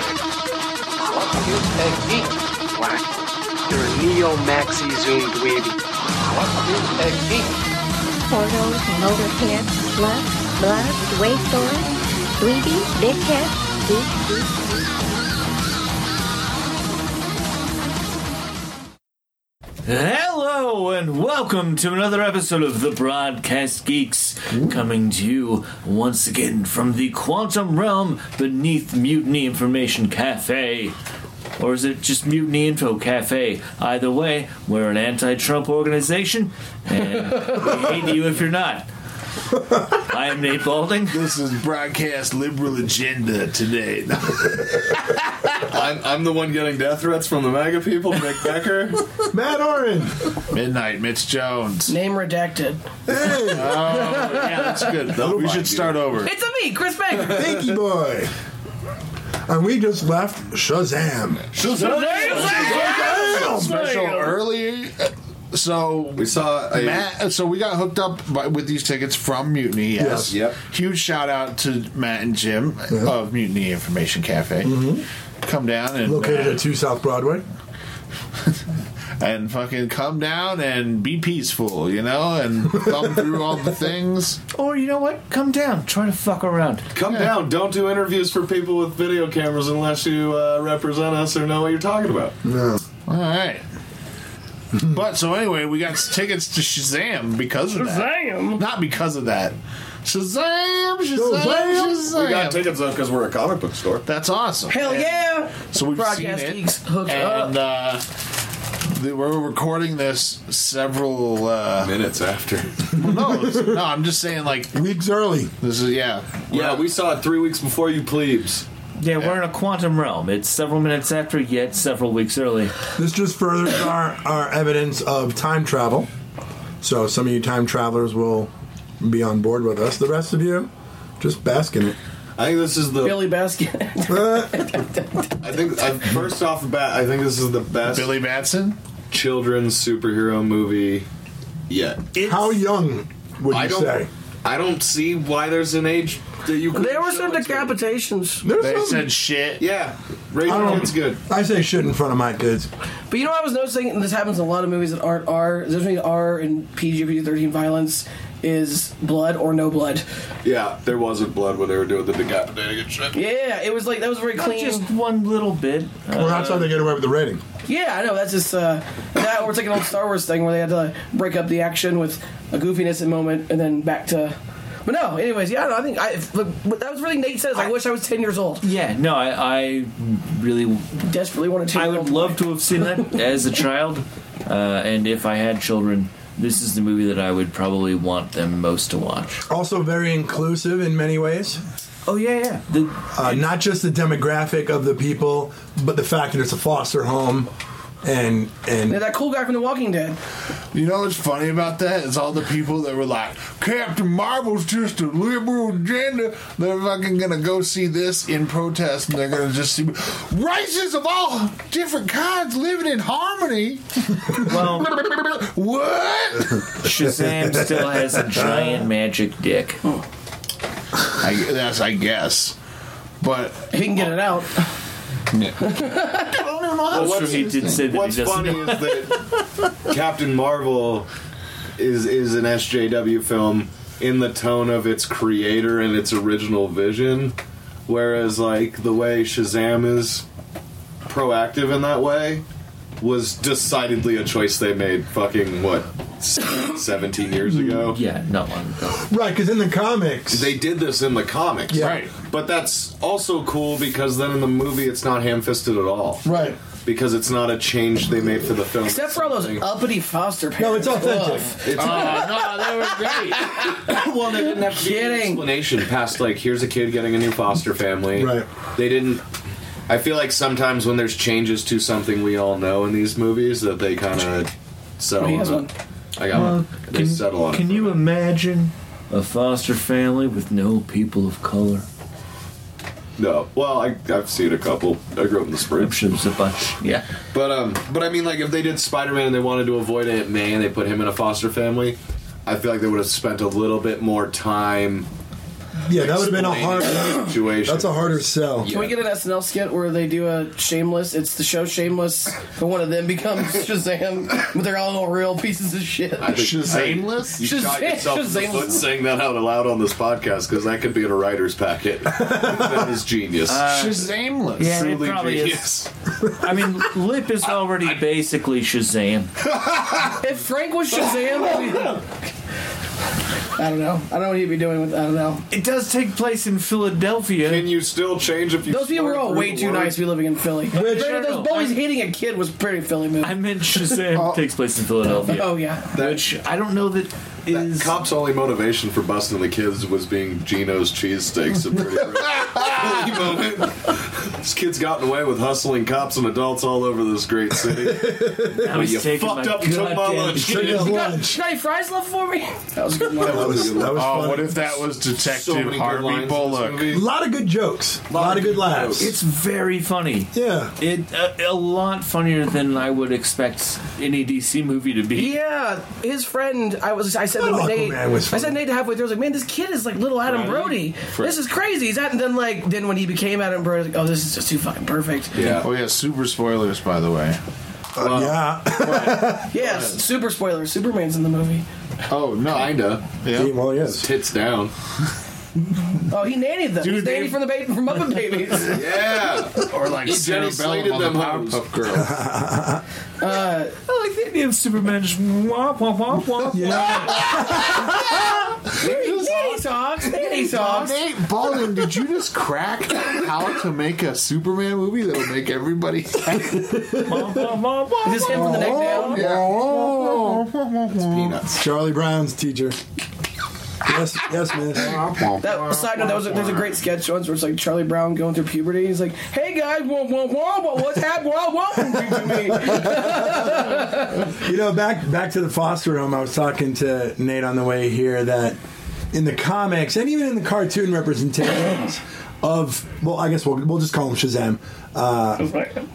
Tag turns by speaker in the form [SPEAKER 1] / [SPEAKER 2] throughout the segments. [SPEAKER 1] What is a geek?
[SPEAKER 2] You're a neo maxi zoom dweeby.
[SPEAKER 1] What is a geek?
[SPEAKER 3] Portals, motorhead, slut, blood, wasteland, 3D, dickhead, geek, geek, geek.
[SPEAKER 4] Hello and welcome to another episode of the Broadcast Geeks, coming to you once again from the quantum realm beneath Mutiny Information Cafe. Or is it just Mutiny Info Cafe? Either way, we're an anti Trump organization, and we hate you if you're not. I am Nate Balding.
[SPEAKER 5] This is broadcast liberal agenda today.
[SPEAKER 6] I'm, I'm the one getting death threats from the MAGA people, Nick Becker.
[SPEAKER 5] Matt Oren. Midnight, Mitch Jones.
[SPEAKER 7] Name redacted.
[SPEAKER 4] Yeah, that's
[SPEAKER 5] Good. We should start over.
[SPEAKER 7] It's a me, Chris Baker.
[SPEAKER 8] Pinky Boy. And we just left Shazam.
[SPEAKER 5] Special early. uh, So
[SPEAKER 6] We saw a.
[SPEAKER 5] Matt, uh, so we got hooked up by, with these tickets from Mutiny. Yes.
[SPEAKER 6] Yes. Yep.
[SPEAKER 5] Huge shout out to Matt and Jim
[SPEAKER 8] Yeah.
[SPEAKER 5] of Mutiny Information Cafe. Come down and
[SPEAKER 8] Located
[SPEAKER 5] uh,
[SPEAKER 8] at 2 South Broadway.
[SPEAKER 5] and fucking come down and be peaceful, you know, and thumb through all the things.
[SPEAKER 4] Or you know what? Come down, try to fuck around.
[SPEAKER 6] Come down. Don't do interviews for people with video cameras unless you uh, represent us or know what you're talking about.
[SPEAKER 5] All right. but so anyway, we got tickets to Shazam because of that.
[SPEAKER 7] Damn.
[SPEAKER 5] Not because of that. Shazam! Shazam!
[SPEAKER 8] Shazam!
[SPEAKER 5] Shazam!
[SPEAKER 6] We got tickets though because we're a comic book store.
[SPEAKER 5] That's awesome.
[SPEAKER 7] Hell
[SPEAKER 5] And
[SPEAKER 7] yeah.
[SPEAKER 5] So we've
[SPEAKER 7] Broadcast
[SPEAKER 5] seen
[SPEAKER 7] geeks
[SPEAKER 5] it,
[SPEAKER 7] hooked
[SPEAKER 5] and uh, the, we're recording this several. Uh,
[SPEAKER 6] Minutes after.
[SPEAKER 5] no, it's- no, I'm just saying like
[SPEAKER 8] Weeks early.
[SPEAKER 5] this is yeah.
[SPEAKER 6] Yeah, we saw it three weeks before you plebes.
[SPEAKER 4] Yeah, we're in a quantum realm. It's several minutes after, yet several weeks early.
[SPEAKER 8] This just furthers our, our evidence of time travel. So some of you time travelers will be on board with us. The rest of you, just bask in it.
[SPEAKER 6] I think this is the.
[SPEAKER 7] Billy Basket.
[SPEAKER 8] Uh,
[SPEAKER 6] I think I, first off the bat, I think this is the best
[SPEAKER 5] Billy Batson.
[SPEAKER 6] children's superhero movie yet.
[SPEAKER 8] how young would
[SPEAKER 6] I
[SPEAKER 8] you
[SPEAKER 6] don't.
[SPEAKER 8] say?
[SPEAKER 6] I don't see why there's an age that you. could
[SPEAKER 7] There were
[SPEAKER 6] show
[SPEAKER 7] some
[SPEAKER 6] it to.
[SPEAKER 7] decapitations.
[SPEAKER 8] There's
[SPEAKER 5] They
[SPEAKER 8] some-
[SPEAKER 5] said shit.
[SPEAKER 6] Yeah, raise
[SPEAKER 8] I
[SPEAKER 6] your
[SPEAKER 8] don't-
[SPEAKER 6] kids good.
[SPEAKER 8] I say shit in front of my kids.
[SPEAKER 7] But you know, what I was noticing, and this happens in a lot of movies that aren't R. There's between R and PG, PG thirteen violence is blood or no blood.
[SPEAKER 6] Yeah, there wasn't blood when they were doing the decapitating and shit.
[SPEAKER 7] Yeah, it was like that was very
[SPEAKER 4] Not
[SPEAKER 7] clean.
[SPEAKER 4] just one little bit. Uh,
[SPEAKER 8] Well, that's how they get away with the rating.
[SPEAKER 7] yeah, I know. That's just uh, that. Or it's like an old Star Wars thing where they had to like, break up the action with a goofiness at moment, and then back to. But no, anyways, yeah, I, don't know, I think I. if- But, but that was really Nate says. I, wish I was ten years old.
[SPEAKER 4] Yeah, no, I, I really,
[SPEAKER 7] Desperately wanted to.
[SPEAKER 4] I would love to have seen that as a child, uh, and if I had children, this is the movie that I would probably want them most to watch.
[SPEAKER 8] Also very inclusive in many ways.
[SPEAKER 4] Oh yeah, yeah. The,
[SPEAKER 8] uh, not just the demographic of the people, but the fact that it's a foster home, and and
[SPEAKER 7] Yeah, that cool guy from The Walking Dead.
[SPEAKER 5] You know what's funny about that is all the people that were like, Captain Marvel's just a liberal agenda. They're fucking gonna go see this in protest, and they're gonna just see races of all different kinds living in harmony.
[SPEAKER 4] well,
[SPEAKER 5] what?
[SPEAKER 4] Shazam still has a giant magic dick.
[SPEAKER 5] I, that's I guess, but
[SPEAKER 7] If he can get it out.
[SPEAKER 6] Well,
[SPEAKER 4] That's
[SPEAKER 6] what's-
[SPEAKER 4] true, he did say that he
[SPEAKER 6] What's
[SPEAKER 4] doesn't
[SPEAKER 6] funny is that Captain Marvel is is an SJW film in the tone of its creator and its original vision, whereas like the way Shazam is proactive in that way was decidedly a choice they made. Fucking what, seventeen years ago?
[SPEAKER 4] Yeah, not long ago.
[SPEAKER 8] right because in the comics,
[SPEAKER 6] They did this in the comics,
[SPEAKER 8] Yeah.
[SPEAKER 5] right,
[SPEAKER 6] But that's also cool because then in the movie it's not ham-fisted at all.
[SPEAKER 8] right
[SPEAKER 7] because it's not a change they made for the film.
[SPEAKER 6] Except for all those uppity foster parents.
[SPEAKER 7] No, it's authentic.
[SPEAKER 6] Woof.
[SPEAKER 7] It's-
[SPEAKER 4] Oh, no, they were great.
[SPEAKER 7] well, they didn't have to give an explanation past like here's a kid getting a new foster family. Right. They didn't. I feel like sometimes when there's changes to something we all know in these movies that they kind of settle
[SPEAKER 4] He
[SPEAKER 7] on.
[SPEAKER 4] has
[SPEAKER 7] it.
[SPEAKER 4] one.
[SPEAKER 7] I got
[SPEAKER 4] Well,
[SPEAKER 7] one. They settle on it.
[SPEAKER 4] Can you imagine a foster family with no people of color?
[SPEAKER 7] No. Well, I, I've seen a couple. I grew up in the Springs.
[SPEAKER 4] a bunch. Yeah.
[SPEAKER 7] But um, but I mean, like if they did Spider Man and they wanted to avoid Aunt May and they put him in a foster family, I feel like they would have spent a little bit more time.
[SPEAKER 5] Yeah, that would've been a hard-
[SPEAKER 7] explaining the situation.
[SPEAKER 5] That's a harder sell.
[SPEAKER 6] Can we get an SNL skit where they do a Shameless? It's the show Shameless, but one of them becomes Shazam, but they're all real pieces of shit.
[SPEAKER 7] I think- You shot
[SPEAKER 6] Shazam,
[SPEAKER 7] yourself in the foot
[SPEAKER 6] Shazameless.
[SPEAKER 7] saying that out loud on this podcast because that could be in a writer's packet. that is genius.
[SPEAKER 9] Shazameless.
[SPEAKER 4] Yeah, it probably is. I mean, Lip is already basically Shazam.
[SPEAKER 6] if Frank was Shazam, that'd be- I don't know. I don't know what he'd be doing with. I don't know.
[SPEAKER 4] It does take place in Philadelphia.
[SPEAKER 7] Can you still change if you?
[SPEAKER 6] Those people were all way too nice to be living in Philly. Granted, those bullies hitting a kid was pretty Philly move. I
[SPEAKER 4] meant Shazam takes place in Philadelphia.
[SPEAKER 6] Oh yeah.
[SPEAKER 4] Which I don't know that is.
[SPEAKER 7] Cop's only motivation for busting the kids was being Gino's cheesesteaks. A pretty early moment. This kid's gotten away with hustling cops and adults all over this great city.
[SPEAKER 4] Now he's
[SPEAKER 7] you
[SPEAKER 4] taking
[SPEAKER 7] fucked
[SPEAKER 4] my
[SPEAKER 7] up and took my
[SPEAKER 4] goddamn-
[SPEAKER 7] lunch.
[SPEAKER 4] Took his
[SPEAKER 6] You got, you got any fries left for me? That was a good one.
[SPEAKER 7] That was a good one.
[SPEAKER 9] oh, what if that was Detective
[SPEAKER 7] So many good lines
[SPEAKER 9] Harvey
[SPEAKER 7] in
[SPEAKER 9] Bullock?
[SPEAKER 5] A lot of good jokes. A lot of good laughs.
[SPEAKER 4] It's very funny.
[SPEAKER 5] Yeah.
[SPEAKER 4] It uh, a, a lot funnier than I would expect any DC movie to be.
[SPEAKER 6] Yeah, his friend. I was. I said to
[SPEAKER 4] Aquaman
[SPEAKER 6] Nate.
[SPEAKER 4] was
[SPEAKER 6] I said Nate halfway through. I was like, "Man, this kid is like little Adam Brody.
[SPEAKER 9] Right.
[SPEAKER 6] This is crazy." He's at, and then like, then when he became Adam Brody, I was like, "Oh, this is just too fucking perfect."
[SPEAKER 9] Yeah. Oh yeah. Super spoilers, by the way.
[SPEAKER 5] yeah.
[SPEAKER 6] Yes. Super spoiler. Superman's in the movie.
[SPEAKER 7] Oh no, kinda.
[SPEAKER 9] Yeah.
[SPEAKER 5] Well, yes.
[SPEAKER 7] Tits down.
[SPEAKER 6] Oh, he nannied them.
[SPEAKER 9] Dude,
[SPEAKER 6] He's nanny
[SPEAKER 9] they-
[SPEAKER 6] from the baby from Muppet Babies.
[SPEAKER 7] Yeah.
[SPEAKER 9] Or like
[SPEAKER 7] He
[SPEAKER 9] Sarah
[SPEAKER 7] Jenny
[SPEAKER 9] Bellum
[SPEAKER 7] Slated
[SPEAKER 9] on the
[SPEAKER 7] them
[SPEAKER 9] Powerpuff Girls.
[SPEAKER 6] Uh,
[SPEAKER 4] I like the idea of Superman just womp womp womp womp.
[SPEAKER 6] nanny talks. Nanny talks.
[SPEAKER 9] Nate Baldwin, did you just crack how to make a Superman movie that'll make everybody?
[SPEAKER 4] Womp, womp, womp, womp.
[SPEAKER 6] Just him from the neck down.
[SPEAKER 5] Oh.
[SPEAKER 7] Peanuts.
[SPEAKER 5] Charlie Brown's teacher. Yes, yes, miss.
[SPEAKER 6] That side note, that was a, there's a great sketch once where it's like Charlie Brown going through puberty. He's like, "Hey guys, whoa, whoa, whoa, whoa what's happening? Whoa, whoa."
[SPEAKER 5] You know, back back to the foster home. I was talking to Nate on the way here that in the comics and even in the cartoon representations of well, I guess we'll, we'll just call him Shazam. Uh,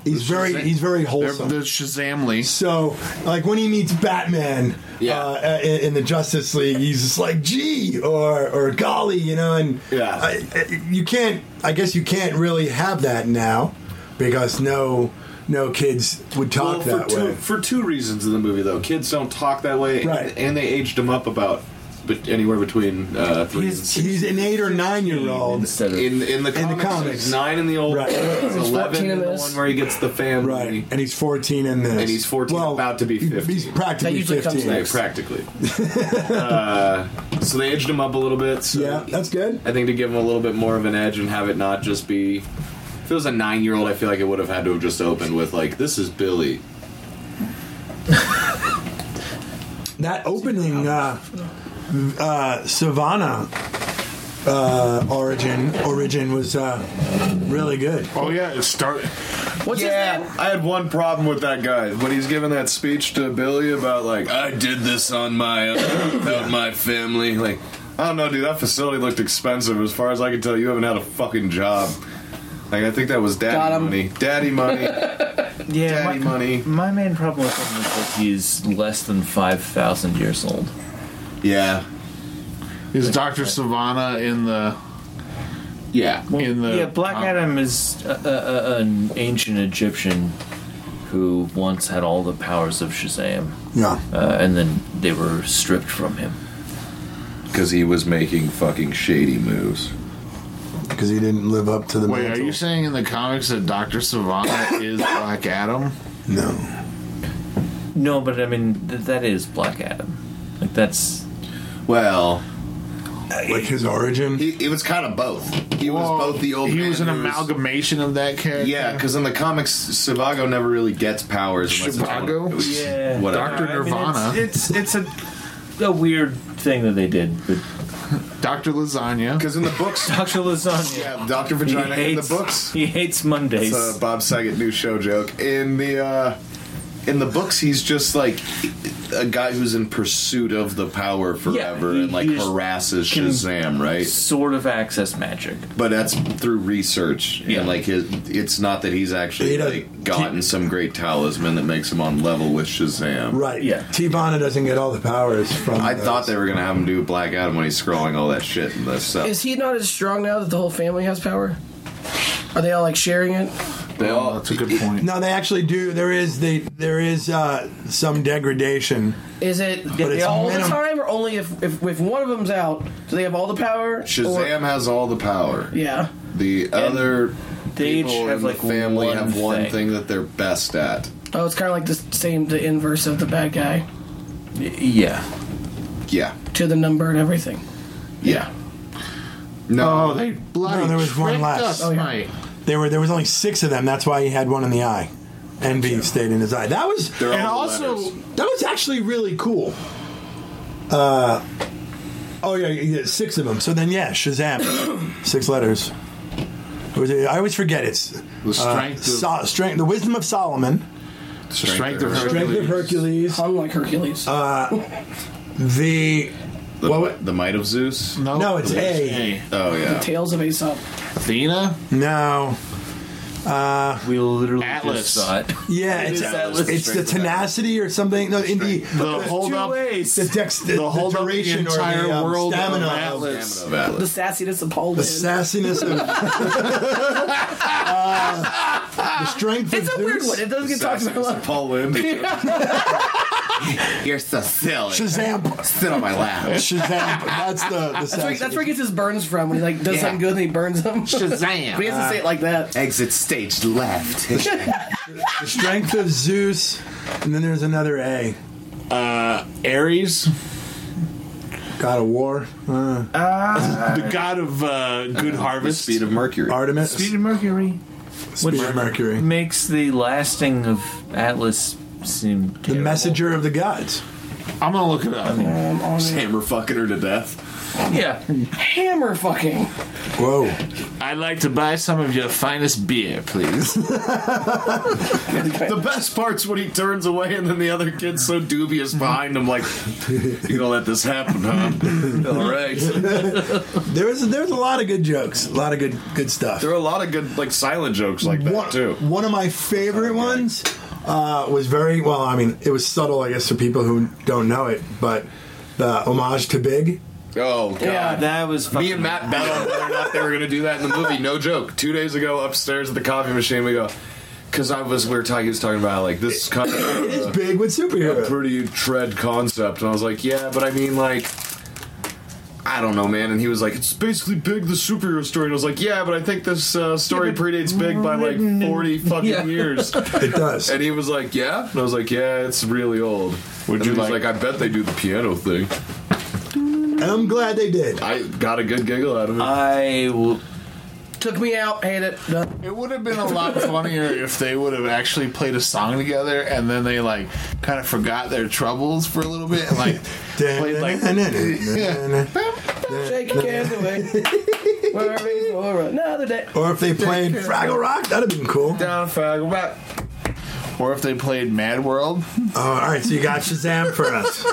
[SPEAKER 5] he's very he's very
[SPEAKER 9] They're
[SPEAKER 5] wholesome.
[SPEAKER 9] the Shazamly.
[SPEAKER 5] So, like when he meets Batman
[SPEAKER 7] Yeah.
[SPEAKER 5] uh, in, in the Justice League, he's just like, "Gee," or or "Golly," you know. And
[SPEAKER 7] Yeah.
[SPEAKER 5] I, I- you can't. I guess you can't really have that now because no no kids would
[SPEAKER 7] Well,
[SPEAKER 5] talk
[SPEAKER 7] for
[SPEAKER 5] that
[SPEAKER 7] two
[SPEAKER 5] way.
[SPEAKER 7] for two reasons in the movie though. Kids don't talk that way, and-
[SPEAKER 5] Right.
[SPEAKER 7] and, they aged him up about, but anywhere between uh, three. and six.
[SPEAKER 5] He's an eight or nine year old.
[SPEAKER 4] Instead of
[SPEAKER 7] In in the
[SPEAKER 5] In
[SPEAKER 7] comics,
[SPEAKER 5] the comics.
[SPEAKER 7] he's nine in the old,
[SPEAKER 5] Right.
[SPEAKER 7] he's eleven
[SPEAKER 6] 14 in
[SPEAKER 7] in the
[SPEAKER 6] this.
[SPEAKER 7] one where he gets the family,
[SPEAKER 5] Right, and he's fourteen in this,
[SPEAKER 7] and he's fourteen,
[SPEAKER 5] Well,
[SPEAKER 7] about to be
[SPEAKER 5] he-
[SPEAKER 7] fifteen.
[SPEAKER 5] He's practically
[SPEAKER 6] That usually comes
[SPEAKER 5] fifteen.
[SPEAKER 7] Yeah, practically. uh, so they aged him up a little bit. So
[SPEAKER 5] Yeah, that's good.
[SPEAKER 7] I think to give him a little bit more of an edge and have it not just be. If it was a nine-year-old, I feel like it would have had to have just opened with like, "This is Billy."
[SPEAKER 5] That opening, uh, uh, Savannah uh, origin origin was uh, really good.
[SPEAKER 9] Oh yeah, it started.
[SPEAKER 6] What's his name?
[SPEAKER 7] I had one problem with that guy when he's giving that speech to Billy about like, "I did this on my own, without my family." Like, I don't know, dude. That facility looked expensive. As far as I can tell, you haven't had a fucking job. Like, I think that was
[SPEAKER 6] Got
[SPEAKER 7] daddy
[SPEAKER 6] him.
[SPEAKER 7] money. Daddy money.
[SPEAKER 4] yeah,
[SPEAKER 7] daddy
[SPEAKER 4] my,
[SPEAKER 7] money.
[SPEAKER 4] my main problem with him is that he's less than five thousand years old.
[SPEAKER 7] Yeah.
[SPEAKER 9] Is Doctor Savannah in the?
[SPEAKER 7] Yeah.
[SPEAKER 9] In the
[SPEAKER 4] yeah, Black Adam is a, a, a, an ancient Egyptian who once had all the powers of Shazam,
[SPEAKER 5] Yeah.
[SPEAKER 4] uh, and then they were stripped from him.
[SPEAKER 7] Because he was making fucking shady moves.
[SPEAKER 5] because he didn't live up to the
[SPEAKER 9] Wait, are
[SPEAKER 5] mantle.
[SPEAKER 9] you saying in the comics that Doctor Savannah is Black Adam?
[SPEAKER 5] no
[SPEAKER 4] No, but I mean th- that is Black Adam. Like that's
[SPEAKER 7] Well,
[SPEAKER 5] like his origin?
[SPEAKER 7] He, it was kind of both. He was both the old.
[SPEAKER 9] He
[SPEAKER 7] man
[SPEAKER 9] was an
[SPEAKER 7] who
[SPEAKER 9] amalgamation of that character.
[SPEAKER 7] Yeah, because in the comics, Sivago never really gets powers. unless it's one-
[SPEAKER 9] Chivago?
[SPEAKER 4] Yeah.
[SPEAKER 7] Whatever.
[SPEAKER 9] Dr.
[SPEAKER 4] I mean,
[SPEAKER 9] Nirvana.
[SPEAKER 4] it's, it's it's a a weird thing that they did. But
[SPEAKER 9] Dr. Lasagna.
[SPEAKER 7] Because in the books,
[SPEAKER 4] Dr. Lasagna.
[SPEAKER 7] yeah, Doctor
[SPEAKER 4] He
[SPEAKER 7] Vagina in the
[SPEAKER 4] hates-
[SPEAKER 7] books.
[SPEAKER 4] He hates Mondays.
[SPEAKER 7] It's a Bob Saget new show joke. In the uh, in the books, he's just like a guy who's in pursuit of the power forever
[SPEAKER 4] he-
[SPEAKER 7] and like
[SPEAKER 4] he just
[SPEAKER 7] harasses
[SPEAKER 4] can-
[SPEAKER 7] Shazam, right?
[SPEAKER 4] sort of access magic.
[SPEAKER 7] But that's through research
[SPEAKER 4] Yeah.
[SPEAKER 7] and like his. It's not that he's actually
[SPEAKER 5] He doesn't-
[SPEAKER 7] like gotten some great talisman that makes him on level with Shazam.
[SPEAKER 5] Right.
[SPEAKER 4] Yeah.
[SPEAKER 5] T Bana doesn't get all the powers from.
[SPEAKER 7] I
[SPEAKER 5] those.
[SPEAKER 7] thought they were gonna have him do Black Adam when he's scrolling all that shit and this stuff.
[SPEAKER 6] Is he not as strong now that the whole family has power? Are they all like sharing it?
[SPEAKER 7] they all.
[SPEAKER 9] That's a good point.
[SPEAKER 5] No, they actually do. There is they there is uh, some degradation.
[SPEAKER 6] Is it
[SPEAKER 5] it's
[SPEAKER 6] all the
[SPEAKER 5] minim-
[SPEAKER 6] time, or only if, if if one of them's out? Do they have all the power?
[SPEAKER 7] Shazam
[SPEAKER 6] Or,
[SPEAKER 7] has all the power.
[SPEAKER 6] yeah.
[SPEAKER 7] The other
[SPEAKER 4] They
[SPEAKER 7] people
[SPEAKER 4] each
[SPEAKER 7] in
[SPEAKER 4] have,
[SPEAKER 7] the
[SPEAKER 4] like,
[SPEAKER 7] family
[SPEAKER 4] one
[SPEAKER 7] have one
[SPEAKER 4] thing.
[SPEAKER 7] thing that they're best at.
[SPEAKER 6] Oh, it's kind of like the same, the inverse of the bad guy
[SPEAKER 4] Yeah.
[SPEAKER 7] Yeah.
[SPEAKER 6] to the number and everything.
[SPEAKER 7] Yeah. No,
[SPEAKER 9] Oh, they bloody
[SPEAKER 5] No, there was one
[SPEAKER 9] tricked
[SPEAKER 5] last.
[SPEAKER 9] us,
[SPEAKER 5] Oh,
[SPEAKER 6] yeah.
[SPEAKER 9] mate.
[SPEAKER 5] There were there was only six of them. That's why he had one in the eye. Envy stayed in his eye. That was
[SPEAKER 7] They're
[SPEAKER 9] And
[SPEAKER 7] all
[SPEAKER 9] also-
[SPEAKER 7] letters.
[SPEAKER 5] that was actually really cool. Uh, oh yeah, yeah, yeah, six of them. So then yeah, Shazam, six letters. Or is it- I always forget it's
[SPEAKER 9] the strength, of,
[SPEAKER 5] Sol- strength, the wisdom of Solomon,
[SPEAKER 9] the strength of Hercules.
[SPEAKER 5] strength of Hercules,
[SPEAKER 6] Hung like Hercules.
[SPEAKER 5] the
[SPEAKER 7] the,
[SPEAKER 5] Well, it-
[SPEAKER 7] the might of Zeus.
[SPEAKER 5] No, it's
[SPEAKER 9] it was
[SPEAKER 5] A.
[SPEAKER 7] Oh yeah.
[SPEAKER 6] Tales of Aesop.
[SPEAKER 9] Athena.
[SPEAKER 5] no,
[SPEAKER 4] We literally
[SPEAKER 9] Atlas.
[SPEAKER 4] just saw it.
[SPEAKER 5] yeah, it's
[SPEAKER 7] is that list.
[SPEAKER 5] it's the tenacity or something. No, in the
[SPEAKER 9] The hold
[SPEAKER 4] Two
[SPEAKER 9] up.
[SPEAKER 4] ways.
[SPEAKER 5] the dex, the,
[SPEAKER 9] The hold
[SPEAKER 5] the
[SPEAKER 9] up the
[SPEAKER 5] duration
[SPEAKER 9] entire
[SPEAKER 5] or the, um,
[SPEAKER 9] world of
[SPEAKER 5] stamina of
[SPEAKER 9] Atlas.
[SPEAKER 7] Stamina of
[SPEAKER 6] The
[SPEAKER 7] Atlas.
[SPEAKER 6] sassiness of Paul.
[SPEAKER 5] the
[SPEAKER 6] Lynde.
[SPEAKER 5] sassiness of Uh, the strength
[SPEAKER 6] it's
[SPEAKER 5] of
[SPEAKER 6] a weird
[SPEAKER 5] Zeus.
[SPEAKER 6] one. It doesn't get talked about. a lot.
[SPEAKER 7] Paul You're so silly.
[SPEAKER 5] Shazam,
[SPEAKER 7] Sit on my lap.
[SPEAKER 5] Shazam. That's the, the
[SPEAKER 6] That's where,
[SPEAKER 5] sassiness.
[SPEAKER 6] that's where he gets his burns from. When he like does
[SPEAKER 7] Yeah.
[SPEAKER 6] something good and he burns them. but he
[SPEAKER 7] Shazam.
[SPEAKER 6] has to say it like that.
[SPEAKER 7] Exit stage left.
[SPEAKER 5] the strength of Zeus, and then there's another A.
[SPEAKER 9] Uh, Ares,
[SPEAKER 5] God of War, uh,
[SPEAKER 9] the god of uh, good
[SPEAKER 7] the
[SPEAKER 9] harvest.
[SPEAKER 7] speed of Mercury.
[SPEAKER 5] Artemis,
[SPEAKER 4] Speed of Mercury
[SPEAKER 5] Speed of Mercury,
[SPEAKER 4] makes the lasting of Atlas seem
[SPEAKER 5] the
[SPEAKER 4] terrible.
[SPEAKER 5] messenger of the gods.
[SPEAKER 9] I'm gonna look it up.
[SPEAKER 6] Um, on
[SPEAKER 7] Just hammer fucking her to death.
[SPEAKER 4] Yeah.
[SPEAKER 6] hammer fucking.
[SPEAKER 5] Whoa,
[SPEAKER 9] I'd like to buy some of your finest beer, please.
[SPEAKER 7] The best part's when he turns away and then the other kid's so dubious behind him, like, you gonna let this happen, huh? All right.
[SPEAKER 5] there was there was a lot of good jokes, a lot of good good stuff.
[SPEAKER 7] There are a lot of good, like, silent jokes like that,
[SPEAKER 5] one,
[SPEAKER 7] too.
[SPEAKER 5] one of my favorite ones uh, was very well. I mean, it was subtle, I guess, for people who don't know it, but the homage to Big.
[SPEAKER 7] Oh, God.
[SPEAKER 6] Yeah.
[SPEAKER 4] That was fucking
[SPEAKER 7] Me and Matt bet on whether or not they were going to do that in the movie. No joke. Two days ago, upstairs at the coffee machine, we go because I was we were talking. He was talking about like this is kind of
[SPEAKER 5] It's
[SPEAKER 7] a,
[SPEAKER 5] Big with
[SPEAKER 7] a
[SPEAKER 5] superhero.
[SPEAKER 7] pretty tread concept, and I was like, yeah, but I mean like. I don't know, man. And he was like, "It's basically Big, the superhero story." And I was like, "Yeah, but I think this uh, story predates Big by like forty fucking
[SPEAKER 4] Yeah.
[SPEAKER 7] years."
[SPEAKER 5] It does.
[SPEAKER 7] And he was like, "Yeah," and I was like, "Yeah, it's really old."
[SPEAKER 9] Would
[SPEAKER 7] and
[SPEAKER 9] you
[SPEAKER 7] he was
[SPEAKER 9] like-
[SPEAKER 7] like, "I bet they do the piano thing."
[SPEAKER 5] And I'm glad they did.
[SPEAKER 7] I got a good giggle out of it.
[SPEAKER 9] Uh,
[SPEAKER 4] I will.
[SPEAKER 6] Took me out. Hate it. Done.
[SPEAKER 9] It would have been a lot funnier if they would have actually played a song together and then they like kind of forgot their troubles for a little bit and like played like
[SPEAKER 6] Shake your hands away. Worry for another day.
[SPEAKER 5] Or if they played Fraggle Rock, that'd have been cool. Uh,
[SPEAKER 9] down fag back. Or if they played Mad World.
[SPEAKER 5] Oh, all right, so you got Shazam for us. so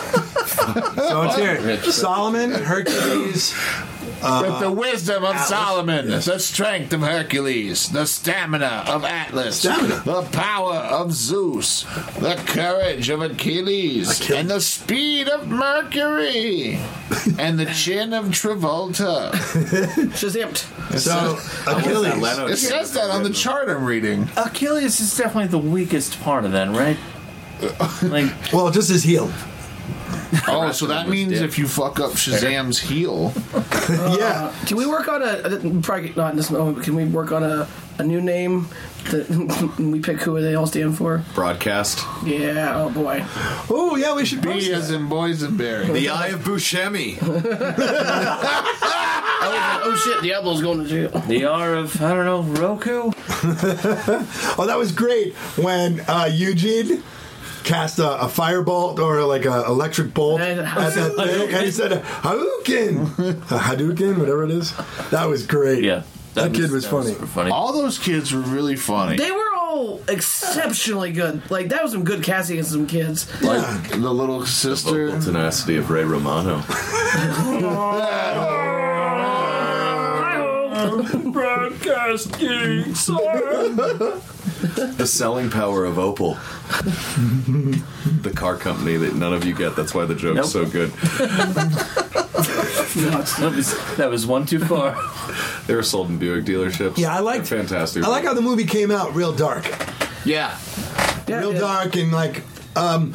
[SPEAKER 5] let's hear it. Solomon, Hercules,
[SPEAKER 9] With the wisdom of
[SPEAKER 5] Atlas.
[SPEAKER 9] Solomon,
[SPEAKER 5] Yes.
[SPEAKER 9] the strength of Hercules, the stamina of Atlas,
[SPEAKER 5] Stamina.
[SPEAKER 9] the power of Zeus, the courage of Achilles,
[SPEAKER 5] Achilles.
[SPEAKER 9] and the speed of Mercury, and the chin of Travolta.
[SPEAKER 6] Shazamped.
[SPEAKER 5] so Achilles.
[SPEAKER 7] Leno
[SPEAKER 9] It says that on the chart I'm reading.
[SPEAKER 4] Achilles is definitely the weakest part of that, right? Like,
[SPEAKER 5] Well, just his heel.
[SPEAKER 9] Oh, so that means
[SPEAKER 7] dead.
[SPEAKER 9] if you fuck up Shazam's heel,
[SPEAKER 5] yeah.
[SPEAKER 6] Uh, Can we work on a? Probably not in this moment. But can we work on a a new name. That we pick who they all stand for.
[SPEAKER 7] Broadcast.
[SPEAKER 6] Yeah. Oh boy.
[SPEAKER 5] Oh yeah, we should.
[SPEAKER 9] B as in boysenberry.
[SPEAKER 7] The Eye of Buscemi.
[SPEAKER 6] I was like, oh shit, Diablo's going to jail.
[SPEAKER 4] The R of I don't know Roku.
[SPEAKER 5] Oh, that was great when uh, Eugene cast a, a firebolt or like an electric bolt
[SPEAKER 6] And-
[SPEAKER 5] at that thing, and he said Hadouken, a Hadouken, whatever it is. That was great.
[SPEAKER 4] Yeah,
[SPEAKER 5] that, kid was,
[SPEAKER 4] that
[SPEAKER 5] funny.
[SPEAKER 4] super funny.
[SPEAKER 9] All those kids were really funny.
[SPEAKER 6] They were all exceptionally good. Like that was some good casting and some kids.
[SPEAKER 9] Like the little sister.
[SPEAKER 7] Vocal tenacity of Ray Romano.
[SPEAKER 4] Broadcast geeks.
[SPEAKER 7] The selling power of Opal. the car company that none of you get. That's why the joke's so
[SPEAKER 4] Nope.
[SPEAKER 7] good.
[SPEAKER 4] that was that was one too far.
[SPEAKER 7] They were sold in Buick dealerships.
[SPEAKER 5] Yeah, I liked.
[SPEAKER 7] They're fantastic.
[SPEAKER 5] I like how the movie came out real dark,
[SPEAKER 7] Yeah.
[SPEAKER 6] Yeah,
[SPEAKER 5] real
[SPEAKER 6] yeah.
[SPEAKER 5] dark, and like. Um,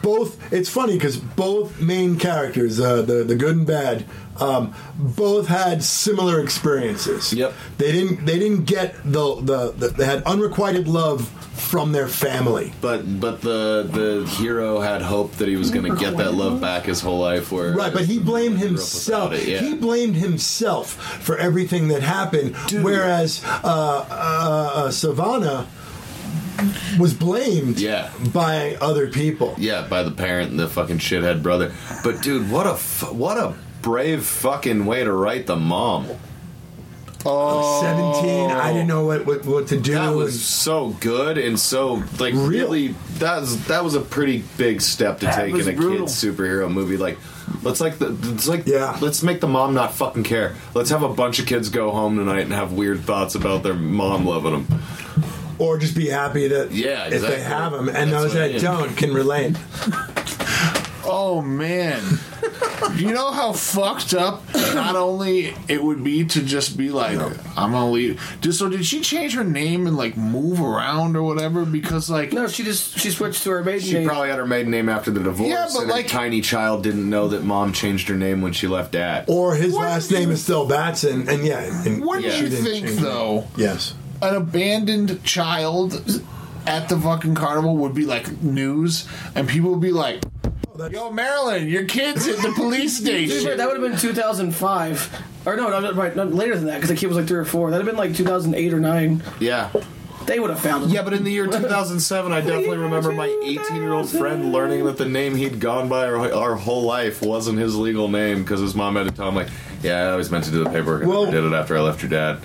[SPEAKER 5] both. It's funny because both main characters, uh, the the good and bad, um, both had similar experiences.
[SPEAKER 7] Yep.
[SPEAKER 5] They didn't. They didn't get the, the the. They had unrequited love from their family.
[SPEAKER 7] But but the the hero had hope that he was going to get that love back his whole life. Where
[SPEAKER 5] Right, but he blamed
[SPEAKER 7] grew up
[SPEAKER 5] himself.
[SPEAKER 7] without it, yeah.
[SPEAKER 5] He blamed himself for everything that happened, whereas uh, uh, uh, Savannah was blamed
[SPEAKER 7] Yeah.
[SPEAKER 5] by other people.
[SPEAKER 7] Yeah, by the parent and the fucking shithead brother. But dude, what a f- what a brave fucking way to write the mom.
[SPEAKER 5] Seventeen, I didn't know what what, what to do.
[SPEAKER 7] That was so good and so like really that was that was a pretty big step to take in
[SPEAKER 4] was
[SPEAKER 7] a
[SPEAKER 4] brutal.
[SPEAKER 7] kid's superhero movie. Like let's like the it's like
[SPEAKER 5] Yeah.
[SPEAKER 7] let's make the mom not fucking care. Let's have a bunch of kids go home tonight and have weird thoughts about their mom loving them.
[SPEAKER 5] and- or just be happy that
[SPEAKER 7] Yeah,
[SPEAKER 5] if they
[SPEAKER 7] exactly.
[SPEAKER 5] have them, and
[SPEAKER 7] That's
[SPEAKER 5] those
[SPEAKER 7] what I
[SPEAKER 5] that
[SPEAKER 7] mean.
[SPEAKER 5] don't can relate.
[SPEAKER 9] Oh man. you know how fucked up not only it would be to just be like I'm gonna leave just so did she change her name and like move around or whatever? Because like
[SPEAKER 6] No, she just she switched to her maiden
[SPEAKER 7] She
[SPEAKER 6] name.
[SPEAKER 7] probably had her maiden name after the divorce.
[SPEAKER 9] Yeah, but
[SPEAKER 7] and her
[SPEAKER 9] like-
[SPEAKER 7] tiny child didn't know that mom changed her name when she left dad.
[SPEAKER 5] Or his
[SPEAKER 9] What
[SPEAKER 5] last
[SPEAKER 9] do
[SPEAKER 5] name
[SPEAKER 9] you-
[SPEAKER 5] is still Batson, and yeah. And
[SPEAKER 9] what
[SPEAKER 7] Yeah.
[SPEAKER 9] do you
[SPEAKER 5] she didn't
[SPEAKER 9] think
[SPEAKER 5] change it.
[SPEAKER 9] though?
[SPEAKER 5] Yes.
[SPEAKER 9] An abandoned child at the fucking carnival would be like news and people would be like
[SPEAKER 5] that's-
[SPEAKER 9] Yo, Marilyn, your kid's at the police
[SPEAKER 6] Sure,
[SPEAKER 9] station.
[SPEAKER 6] that would have been 2005. Or no, not, right, not later than that because the kid was like three or four. That'd have been like 2008 or nine.
[SPEAKER 7] Yeah.
[SPEAKER 6] They would have found him.
[SPEAKER 7] Yeah, but in the year 2007, I definitely remember my 18 year old friend learning that the name he'd gone by our, our whole life wasn't his legal name because his mom had to tell him, like, yeah, I always meant to do the paperwork. and I
[SPEAKER 5] Well-
[SPEAKER 7] never did it after I left your dad.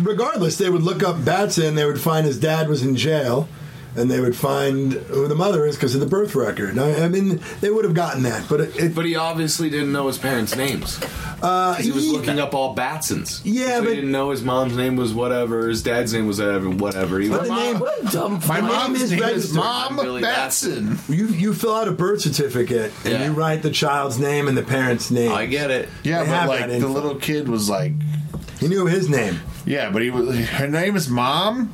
[SPEAKER 5] regardless, they would look up Batson, they would find his dad was in jail, and they would find who the mother is because of the birth record. I, I mean, they would have gotten that, but it, it,
[SPEAKER 7] But he obviously didn't know his parents' names.
[SPEAKER 5] uh,
[SPEAKER 7] He was
[SPEAKER 5] he-
[SPEAKER 7] looking up all Batsons.
[SPEAKER 5] Yeah,
[SPEAKER 7] so
[SPEAKER 5] but-
[SPEAKER 7] he didn't know his mom's name was whatever, his dad's name was whatever. whatever. He
[SPEAKER 5] But
[SPEAKER 7] was
[SPEAKER 5] the name,
[SPEAKER 6] What a dumb.
[SPEAKER 9] My
[SPEAKER 6] fuck.
[SPEAKER 9] mom's
[SPEAKER 5] is
[SPEAKER 9] name is
[SPEAKER 5] registered.
[SPEAKER 9] Mom
[SPEAKER 7] I'm Billy
[SPEAKER 9] Batson.
[SPEAKER 5] you you fill out a birth certificate and
[SPEAKER 7] Yeah.
[SPEAKER 5] you write the child's name and the parents' name.
[SPEAKER 7] I get it.
[SPEAKER 9] Yeah,
[SPEAKER 5] They
[SPEAKER 9] but
[SPEAKER 5] have
[SPEAKER 9] like
[SPEAKER 5] that
[SPEAKER 9] the
[SPEAKER 5] info.
[SPEAKER 9] little kid was like,
[SPEAKER 5] He knew his name.
[SPEAKER 9] yeah, but he was. Her name is Mom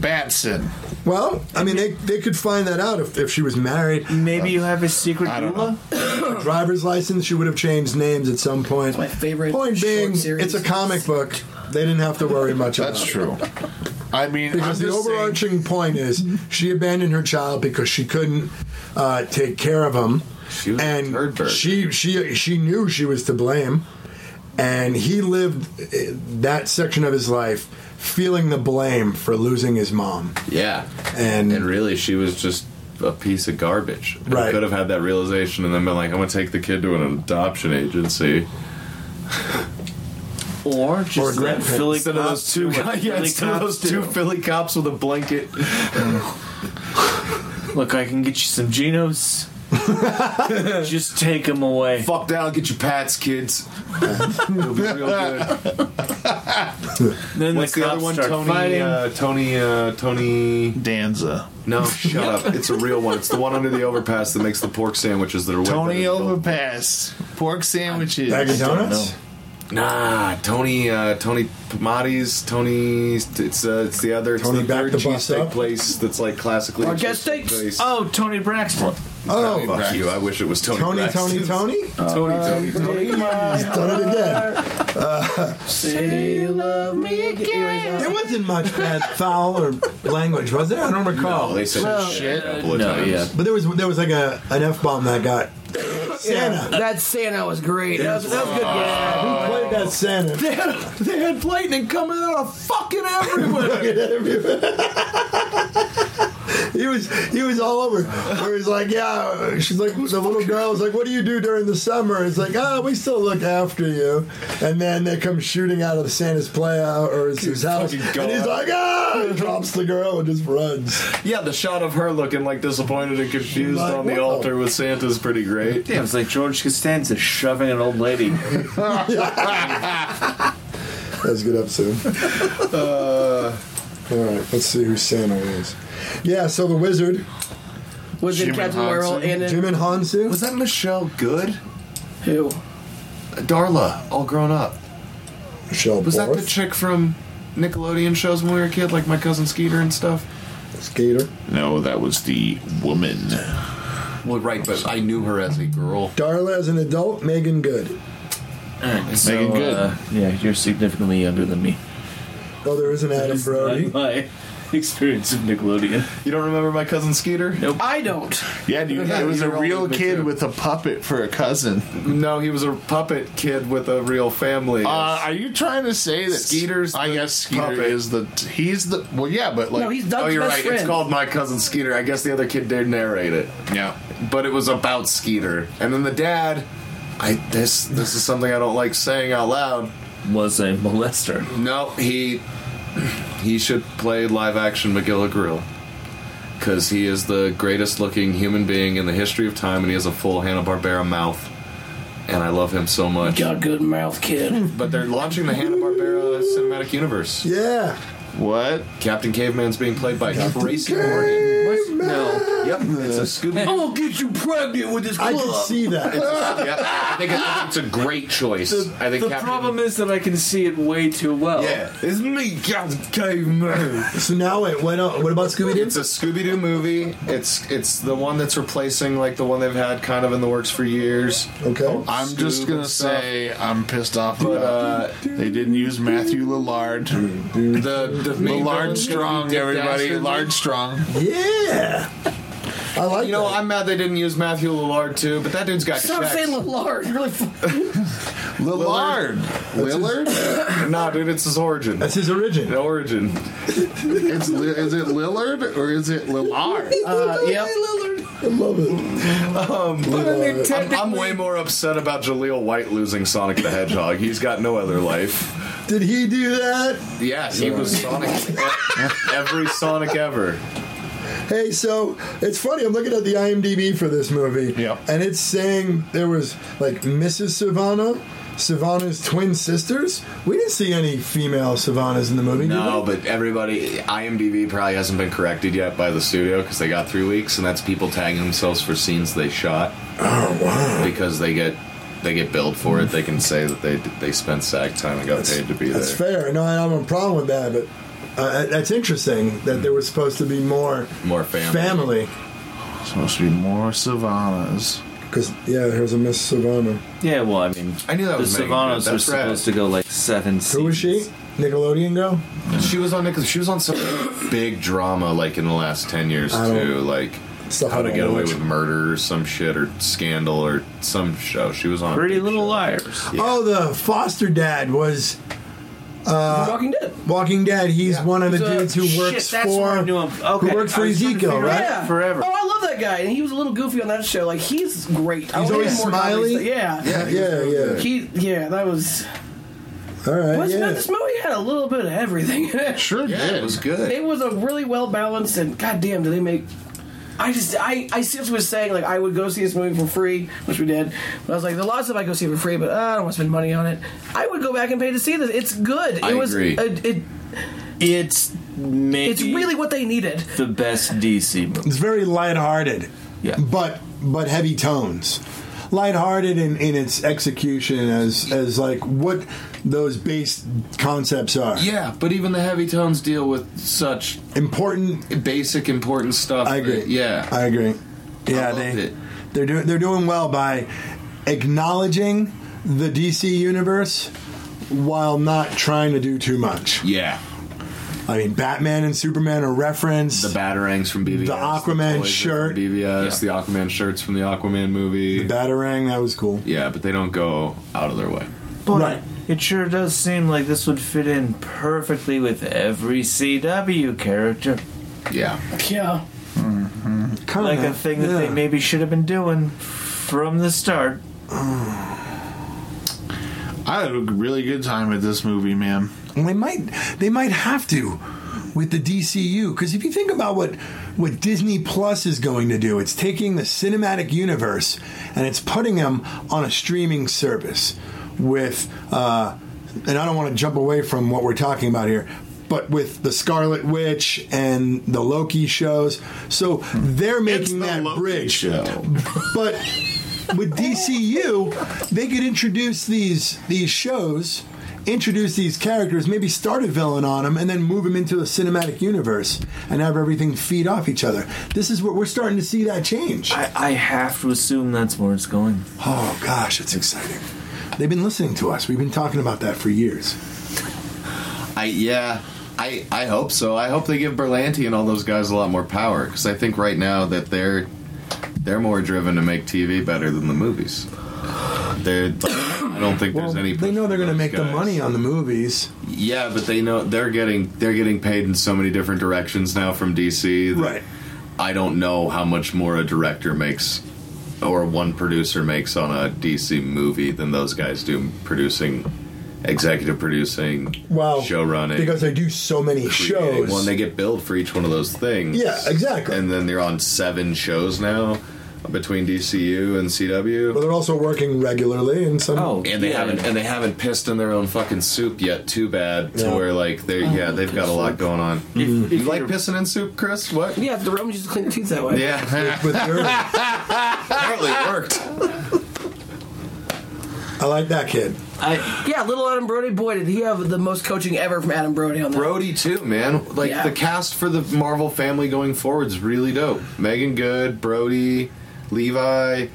[SPEAKER 9] Batson.
[SPEAKER 5] Well, I mean, they, they could find that out if, if she was married.
[SPEAKER 4] Maybe you have a secret
[SPEAKER 9] I don't
[SPEAKER 4] doula.
[SPEAKER 5] A driver's license, she would have changed names at some point.
[SPEAKER 6] my favorite
[SPEAKER 5] Point
[SPEAKER 6] short
[SPEAKER 5] being,
[SPEAKER 6] series.
[SPEAKER 5] it's a comic book. They didn't have to worry much about
[SPEAKER 9] That's
[SPEAKER 5] it.
[SPEAKER 9] true. I mean,
[SPEAKER 5] Because
[SPEAKER 9] I'm
[SPEAKER 5] the
[SPEAKER 9] just saying-
[SPEAKER 5] overarching point is she abandoned her child because she couldn't uh, take care of him,
[SPEAKER 7] She was a turd
[SPEAKER 5] and
[SPEAKER 7] bird.
[SPEAKER 5] she she she knew she was to blame, and he lived uh, that section of his life feeling the blame for losing his mom,
[SPEAKER 7] Yeah.
[SPEAKER 5] and,
[SPEAKER 7] And really, she was just a piece of garbage. And
[SPEAKER 5] Right.
[SPEAKER 7] Could have had that realization and then been like, I'm going to take the kid to an adoption agency.
[SPEAKER 4] Or just let
[SPEAKER 5] grandparents.
[SPEAKER 4] Philly
[SPEAKER 7] Instead of those
[SPEAKER 4] cops
[SPEAKER 7] two,
[SPEAKER 4] do what
[SPEAKER 7] guys, yeah,
[SPEAKER 4] Philly
[SPEAKER 7] instead of those
[SPEAKER 4] cops
[SPEAKER 7] two
[SPEAKER 4] do.
[SPEAKER 7] Philly cops with a blanket.
[SPEAKER 4] Look, I can get you some Genos. just take them away.
[SPEAKER 7] Fuck down, get your pats, kids. It'll be real good.
[SPEAKER 4] Then
[SPEAKER 7] What's
[SPEAKER 4] the,
[SPEAKER 7] the
[SPEAKER 4] cops
[SPEAKER 7] other one?
[SPEAKER 4] start
[SPEAKER 7] Tony.
[SPEAKER 4] fighting.
[SPEAKER 7] Uh, Tony. Uh, Tony.
[SPEAKER 9] Danza.
[SPEAKER 7] No, shut up. It's a real one. It's the one under the overpass that makes the pork sandwiches that are. way better
[SPEAKER 9] Tony
[SPEAKER 7] than the-
[SPEAKER 9] Overpass. Pork sandwiches.
[SPEAKER 5] bag of donuts.
[SPEAKER 7] Nah, Tony, uh, Tony Pilates, Tony. It's uh, it's the other. It's
[SPEAKER 5] Tony
[SPEAKER 7] the
[SPEAKER 5] back
[SPEAKER 7] third
[SPEAKER 5] the bus
[SPEAKER 7] cheesesteak
[SPEAKER 5] up.
[SPEAKER 7] place that's like classically. a
[SPEAKER 6] Marquez
[SPEAKER 7] cheesesteak
[SPEAKER 6] Steaks.
[SPEAKER 7] place.
[SPEAKER 4] oh, Tony Braxton.
[SPEAKER 5] Oh,
[SPEAKER 7] fuck you! I wish it was Tony.
[SPEAKER 5] Tony,
[SPEAKER 7] Braxton.
[SPEAKER 5] Tony, Tony?
[SPEAKER 7] Tony, Tony, Tony.
[SPEAKER 6] Come on.
[SPEAKER 5] He's done it again.
[SPEAKER 6] Say you love me again.
[SPEAKER 5] There wasn't much bad foul or language, was there? I don't recall.
[SPEAKER 7] Oh, they said
[SPEAKER 6] Well,
[SPEAKER 7] shit a couple of
[SPEAKER 4] no,
[SPEAKER 7] times.
[SPEAKER 4] yeah.
[SPEAKER 5] but there was there was like a an f bomb that got Santa.
[SPEAKER 6] That Santa was great. That was, that was good. Yeah.
[SPEAKER 5] Who played that Santa?
[SPEAKER 7] They had, they had lightning coming out of fucking everywhere.
[SPEAKER 5] He was he was all over. Where he's like, yeah, she's like the little girl was like, what do you do during the summer? It's like, ah, we still look after you. And then they come shooting out of Santa's playout or his, his house, and
[SPEAKER 7] fucking gone.
[SPEAKER 5] he's like, ah, and drops the girl and just runs.
[SPEAKER 7] yeah, the shot of her looking like disappointed and confused
[SPEAKER 5] Like,
[SPEAKER 7] on the
[SPEAKER 5] whoa.
[SPEAKER 7] altar with Santa's pretty great.
[SPEAKER 4] Damn, it's like George Costanza shoving an old lady.
[SPEAKER 5] That's a good episode.
[SPEAKER 7] Uh,
[SPEAKER 5] All right, let's see who Santa is. Yeah, so the wizard,
[SPEAKER 6] Was in
[SPEAKER 9] Jim
[SPEAKER 6] Captain
[SPEAKER 9] Hansen.
[SPEAKER 6] Marvel and in
[SPEAKER 5] Jim and Hansu.
[SPEAKER 7] Was that Michelle Good?
[SPEAKER 6] who?
[SPEAKER 7] Darla, all grown up.
[SPEAKER 5] Michelle
[SPEAKER 7] Was that the
[SPEAKER 5] Borth,
[SPEAKER 7] chick from Nickelodeon shows when we were a kid, like my cousin Skeeter and stuff?
[SPEAKER 5] skater.
[SPEAKER 7] No, that was the woman. Well, right, but I knew her as a girl.
[SPEAKER 5] Darla as an adult, Megan Good.
[SPEAKER 4] so,
[SPEAKER 7] Megan Good.
[SPEAKER 4] uh, yeah, you're significantly younger than me.
[SPEAKER 5] Oh, there is an Adam Brody.
[SPEAKER 4] That's my experience of Nickelodeon.
[SPEAKER 7] You don't remember my cousin Skeeter?
[SPEAKER 6] I don't.
[SPEAKER 10] Yeah, dude, it was a
[SPEAKER 7] You're all
[SPEAKER 10] real
[SPEAKER 7] in the
[SPEAKER 10] kid
[SPEAKER 7] too.
[SPEAKER 10] with a puppet for a cousin.
[SPEAKER 7] No, he was a puppet kid with a real family.
[SPEAKER 10] Uh, are you trying to say that
[SPEAKER 7] Skeeter's
[SPEAKER 10] I
[SPEAKER 7] the
[SPEAKER 10] guess Skeeter
[SPEAKER 7] puppet.
[SPEAKER 10] is the he's the well, yeah, but like
[SPEAKER 6] No, he's Doug's
[SPEAKER 7] oh, you're
[SPEAKER 6] best
[SPEAKER 7] right.
[SPEAKER 6] friend.
[SPEAKER 7] It's called My Cousin Skeeter. I guess the other kid did narrate it,
[SPEAKER 10] yeah.
[SPEAKER 7] but it was about Skeeter. And then the dad. I this this is something I don't like saying out loud.
[SPEAKER 4] Was a molester.
[SPEAKER 7] No, he he should play live action McGillicuddy because he is the greatest looking human being in the history of time, and he has a full Hanna Barbera mouth. And I love him so much.
[SPEAKER 6] Got a good mouth, kid.
[SPEAKER 7] But they're launching the Hanna Barbera cinematic universe.
[SPEAKER 5] Yeah.
[SPEAKER 10] What?
[SPEAKER 7] Captain Caveman's being played by Tracy Morgan.
[SPEAKER 4] No.
[SPEAKER 7] Yep, it's a Scooby.
[SPEAKER 6] I'm gonna get you pregnant with this
[SPEAKER 5] I
[SPEAKER 6] club.
[SPEAKER 5] can see that.
[SPEAKER 7] Yep, I think it's, it's a great choice. I think
[SPEAKER 4] The
[SPEAKER 7] Captain-
[SPEAKER 4] problem is that I can see it way too well.
[SPEAKER 7] yeah, it's me, Captain Caveman.
[SPEAKER 5] So now wait, why not? What about Scooby
[SPEAKER 7] It's
[SPEAKER 5] Doo?
[SPEAKER 7] a Scooby Doo movie. It's it's the one that's replacing like the one they've had kind of in the works for years.
[SPEAKER 5] Okay.
[SPEAKER 10] I'm
[SPEAKER 7] Scoob
[SPEAKER 10] just gonna
[SPEAKER 7] and stuff.
[SPEAKER 10] say I'm pissed off
[SPEAKER 7] But
[SPEAKER 10] about
[SPEAKER 7] uh,
[SPEAKER 10] they didn't use Matthew Lillard.
[SPEAKER 7] the the
[SPEAKER 10] Lillard
[SPEAKER 7] main villain's gonna be
[SPEAKER 10] strong,
[SPEAKER 7] Dick
[SPEAKER 10] everybody.
[SPEAKER 7] Dastardly.
[SPEAKER 10] Lillard strong.
[SPEAKER 5] Yeah. I like
[SPEAKER 7] You know,
[SPEAKER 5] that.
[SPEAKER 7] I'm mad they didn't use Matthew Lillard too, but that dude's got
[SPEAKER 6] Stop
[SPEAKER 7] checks.
[SPEAKER 6] saying Lillard. You're really. F-
[SPEAKER 10] Lillard. Lillard?
[SPEAKER 7] nah, dude, it's his origin.
[SPEAKER 5] That's his origin.
[SPEAKER 7] An origin.
[SPEAKER 10] it's Li- is it Lillard or is it Lillard?
[SPEAKER 6] uh, yep.
[SPEAKER 5] I love it.
[SPEAKER 6] Um,
[SPEAKER 7] I'm, I'm way more upset about Jaleel White losing Sonic the Hedgehog. He's got no other life.
[SPEAKER 5] Did he do that?
[SPEAKER 7] Yes, he was Sonic. E-, Every Sonic ever.
[SPEAKER 5] Hey, so it's funny. I'm looking at the IMDb for this movie.
[SPEAKER 10] Yeah.
[SPEAKER 5] And it's saying there was like Mrs. Savannah, Savannah's twin sisters. We didn't see any female Savannahs in the movie.
[SPEAKER 7] No,
[SPEAKER 5] did
[SPEAKER 7] but everybody, IMDb probably hasn't been corrected yet by the studio because they got three weeks, and that's people tagging themselves for scenes they shot
[SPEAKER 5] we? Oh wow.
[SPEAKER 7] because they get they get billed for it. They can say that they they spent SAG time and got paid to be
[SPEAKER 5] That's
[SPEAKER 7] there.
[SPEAKER 5] fair. No, I don't have a problem with that, but. Uh, that's interesting that there was supposed to be more
[SPEAKER 7] More family.
[SPEAKER 5] family
[SPEAKER 10] Supposed to be more Savannahs.
[SPEAKER 5] because yeah, there's a Miss Savannah.
[SPEAKER 4] Yeah, well, I mean,
[SPEAKER 7] I knew that
[SPEAKER 4] the
[SPEAKER 7] was Megan
[SPEAKER 4] Savanos
[SPEAKER 7] Good.
[SPEAKER 4] were
[SPEAKER 7] That's rad.
[SPEAKER 4] supposed to go like seven
[SPEAKER 5] Who was she?
[SPEAKER 4] seasons.
[SPEAKER 5] Nickelodeon girl.
[SPEAKER 7] She was on Nick. She was on some big drama like in the last ten years
[SPEAKER 5] I don't-
[SPEAKER 7] too, like
[SPEAKER 5] Stuff I
[SPEAKER 7] How to
[SPEAKER 5] don't
[SPEAKER 7] Get Away
[SPEAKER 5] watch.
[SPEAKER 7] with Murder or some shit or Scandal or some show. She was on. a
[SPEAKER 4] Pretty
[SPEAKER 7] big
[SPEAKER 4] Little
[SPEAKER 7] show.
[SPEAKER 4] Liars.
[SPEAKER 5] Oh, the foster dad was
[SPEAKER 6] Walking Dead.
[SPEAKER 5] Walking Dead. He's one of the
[SPEAKER 6] He's a-
[SPEAKER 5] dudes who works
[SPEAKER 4] that's
[SPEAKER 5] for
[SPEAKER 4] where I knew him. Okay,
[SPEAKER 5] who works
[SPEAKER 4] I
[SPEAKER 5] for
[SPEAKER 4] was trying to
[SPEAKER 5] Ezekiel,
[SPEAKER 4] figure it
[SPEAKER 5] right?
[SPEAKER 4] out. Forever.
[SPEAKER 6] Oh, I love that guy, and he was a little goofy on that show. Like he's great. I
[SPEAKER 5] He's
[SPEAKER 6] want
[SPEAKER 5] always
[SPEAKER 6] him more comedy
[SPEAKER 5] smiley.
[SPEAKER 6] stuff. Yeah.
[SPEAKER 5] Yeah, yeah, yeah.
[SPEAKER 6] He, yeah, that was.
[SPEAKER 5] All right,
[SPEAKER 6] Wasn't
[SPEAKER 5] yeah.
[SPEAKER 6] that this movie had a little bit of everything. in it.
[SPEAKER 10] Sure
[SPEAKER 7] Yeah, it was good.
[SPEAKER 6] it was a really well balanced, and goddamn, did they make. I just, I, I seriously was saying, like, I would go see this movie for free, which we did. But I was like, there are lots of I go see for free, but uh, I don't want to spend money on it. I would go back and pay to see this. It's good. It
[SPEAKER 7] I
[SPEAKER 6] was,
[SPEAKER 7] agree.
[SPEAKER 6] It, it,
[SPEAKER 4] It's maybe
[SPEAKER 6] it's really what they needed.
[SPEAKER 4] the best DC movie.
[SPEAKER 5] It's very lighthearted,
[SPEAKER 4] Yeah.
[SPEAKER 5] but but heavy tones. Lighthearted in, in its execution as as like what those base concepts are.
[SPEAKER 7] Yeah, but even the heavy tones deal with such
[SPEAKER 5] Important.
[SPEAKER 7] basic important stuff.
[SPEAKER 4] Uh,
[SPEAKER 5] I agree.
[SPEAKER 7] that- yeah,
[SPEAKER 5] I agree. Yeah, they they're doing they're doing well by acknowledging the DC universe while not trying to do too much.
[SPEAKER 7] Yeah.
[SPEAKER 5] I mean, Batman and Superman are referenced.
[SPEAKER 7] The batarangs from BVS.
[SPEAKER 5] The Aquaman shirt.
[SPEAKER 7] BVS. The Aquaman shirts from the Aquaman movie. The
[SPEAKER 5] batarang that was cool.
[SPEAKER 7] Yeah, but they don't go out of their way.
[SPEAKER 4] But it sure does seem like this would fit in perfectly with every CW character.
[SPEAKER 7] Yeah.
[SPEAKER 6] Yeah.
[SPEAKER 4] like
[SPEAKER 5] Uh-huh.
[SPEAKER 4] a thing that they maybe should have been doing from the start.
[SPEAKER 9] I had a really good time with this movie, man.
[SPEAKER 5] They might they might have to with the DCU because if you think about what what Disney Plus is going to do, it's taking the cinematic universe and it's putting them on a streaming service with uh, and I don't want to jump away from what we're talking about here. But with the Scarlet Witch and the Loki shows, so they're making that bridge. But with DCU, they could introduce these these shows, introduce these characters, maybe start a villain on them, and then move them into a cinematic universe and have everything feed off each other. This is what we're starting to see that change.
[SPEAKER 4] I, I have to assume that's where it's going.
[SPEAKER 5] Oh gosh, it's exciting. They've been listening to us. We've been talking about that for years.
[SPEAKER 7] I yeah. I, I hope so. I hope they give Berlanti and all those guys a lot more power because I think right now that they're they're more driven to make TV better than the movies. They're I don't think there's any.
[SPEAKER 5] They know they're going to make the money on the movies.
[SPEAKER 7] Yeah, but they know they're getting they're getting paid in so many different directions now from DC. That right. I don't know how much more a director makes or one producer makes on a DC movie than those guys do producing, executive producing,
[SPEAKER 5] Well,
[SPEAKER 7] show running.
[SPEAKER 5] because they do so many shows.
[SPEAKER 7] Well, and they get billed for each one of those things.
[SPEAKER 5] Yeah, exactly.
[SPEAKER 7] And then they're on seven shows now between DCU and CW.
[SPEAKER 5] But they're also working regularly, and some
[SPEAKER 4] Oh,
[SPEAKER 7] and they haven't and they haven't pissed in their own fucking soup yet. Too bad. To
[SPEAKER 5] Yeah.
[SPEAKER 7] where like they
[SPEAKER 5] Oh,
[SPEAKER 7] are yeah they've got a lot going on. you like pissing in soup, Chris? What?
[SPEAKER 6] Yeah, the Romans used to clean their teeth that way.
[SPEAKER 7] Yeah, apparently it worked.
[SPEAKER 5] I like that kid.
[SPEAKER 6] I, yeah, little Adam Brody. Boy, did he have the most coaching ever from Adam Brody on that.
[SPEAKER 7] Brody too, man. Like
[SPEAKER 6] Yeah.
[SPEAKER 7] the cast for the Marvel family going forward is really dope. Megan Good, Brody, Levi.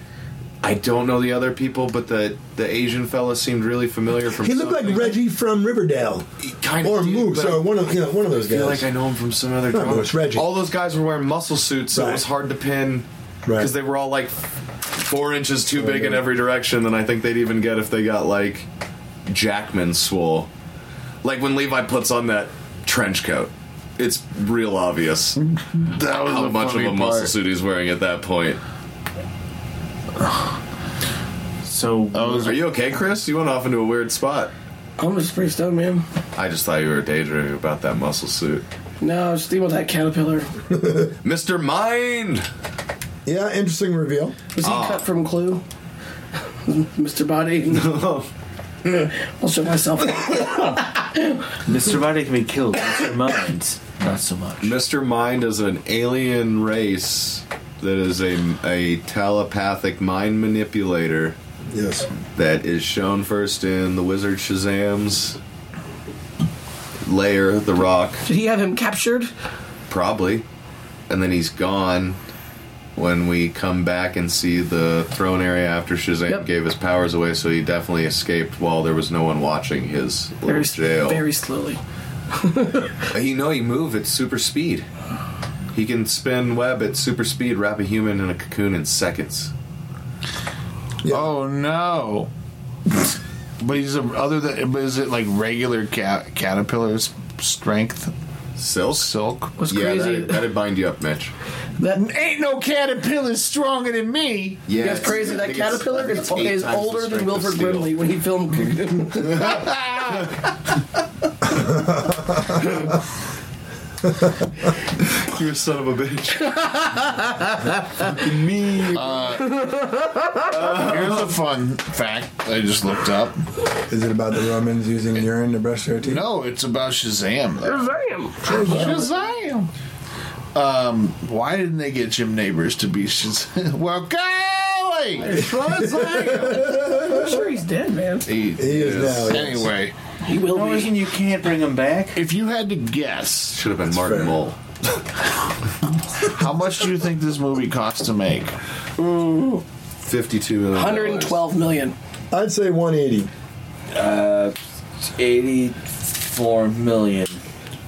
[SPEAKER 7] I don't know the other people, but the the Asian fella seemed really familiar from.
[SPEAKER 5] He looked like Reggie from Riverdale,
[SPEAKER 7] kind
[SPEAKER 5] or Moose,
[SPEAKER 7] but
[SPEAKER 5] or one of you know, one of those
[SPEAKER 7] I
[SPEAKER 5] guys.
[SPEAKER 7] feel like I know him from some other.
[SPEAKER 5] No,
[SPEAKER 7] drama.
[SPEAKER 5] no, it's Reggie.
[SPEAKER 7] All those guys were wearing muscle suits, so it was hard to pin because they were all like four inches too big in every direction than I think they'd even get if they got like Jackman swole. Like when Levi puts on that trench coat, it's real obvious that
[SPEAKER 9] was
[SPEAKER 7] how
[SPEAKER 9] the
[SPEAKER 7] much of
[SPEAKER 9] funny
[SPEAKER 7] a muscle
[SPEAKER 9] part.
[SPEAKER 7] suit he's wearing at that point.
[SPEAKER 4] So,
[SPEAKER 7] are you okay, Chris? You went off into a weird spot.
[SPEAKER 6] I'm just pretty stoned, man.
[SPEAKER 7] I just thought you were daydreaming about that muscle suit,
[SPEAKER 6] No, I was thinking about that caterpillar.
[SPEAKER 7] Mister Mind.
[SPEAKER 5] Yeah, interesting reveal.
[SPEAKER 6] Was he
[SPEAKER 7] Ah.
[SPEAKER 6] cut from Clue? Mr. Body? No. I'll show myself.
[SPEAKER 4] Mr. Body can be killed. Mr. Mind, not so much.
[SPEAKER 7] Mr. Mind is an alien race that is a, a telepathic mind manipulator.
[SPEAKER 5] Yes.
[SPEAKER 7] That is shown first in The Wizard Shazam's layer, The Rock,
[SPEAKER 6] Did he have him captured?
[SPEAKER 7] probably. And then he's gone when we come back and see the throne area after Shazam
[SPEAKER 6] Yep.
[SPEAKER 7] gave his powers away, so he definitely escaped while there was no one watching his little
[SPEAKER 6] Very,
[SPEAKER 7] jail.
[SPEAKER 6] very slowly.
[SPEAKER 7] You know, he move at super speed. He can spin web at super speed, wrap a human in a cocoon in seconds.
[SPEAKER 9] Oh no! but he's a, other than. But is it like regular cat, caterpillar's strength?
[SPEAKER 7] Silk.
[SPEAKER 9] Silk.
[SPEAKER 6] What's crazy-
[SPEAKER 7] That'd, that'd bind you up, Mitch.
[SPEAKER 6] That
[SPEAKER 9] ain't no caterpillar stronger than me.
[SPEAKER 7] Yeah,
[SPEAKER 6] That's crazy.
[SPEAKER 7] I
[SPEAKER 6] That
[SPEAKER 7] think it's- I
[SPEAKER 6] caterpillar
[SPEAKER 7] think
[SPEAKER 6] is,
[SPEAKER 7] it's eight
[SPEAKER 6] is
[SPEAKER 7] times the
[SPEAKER 6] older
[SPEAKER 7] strength
[SPEAKER 6] than
[SPEAKER 7] of
[SPEAKER 6] Wilford
[SPEAKER 7] steel.
[SPEAKER 6] Brimley when he filmed.
[SPEAKER 7] you a son of a bitch.
[SPEAKER 9] me. Uh, here's a fun fact I just looked up.
[SPEAKER 5] Is it about the Romans using urine to brush their teeth?
[SPEAKER 9] No, it's about Shazam. though.
[SPEAKER 6] Shazam!
[SPEAKER 9] Um, why didn't they get Jim Neighbors to be Shazam? well, golly!
[SPEAKER 6] I'm sure he's dead, man.
[SPEAKER 7] He,
[SPEAKER 9] is,
[SPEAKER 5] now, yes.
[SPEAKER 9] Anyway.
[SPEAKER 6] He will
[SPEAKER 4] no
[SPEAKER 6] be.
[SPEAKER 4] reason you can't bring him back.
[SPEAKER 9] If you had to guess,
[SPEAKER 7] Should have been Martin Mull.
[SPEAKER 10] How much do you think this movie cost to make?
[SPEAKER 7] Fifty-two million.
[SPEAKER 6] 112 million.
[SPEAKER 5] I'd say 180.
[SPEAKER 4] Uh, 84 million.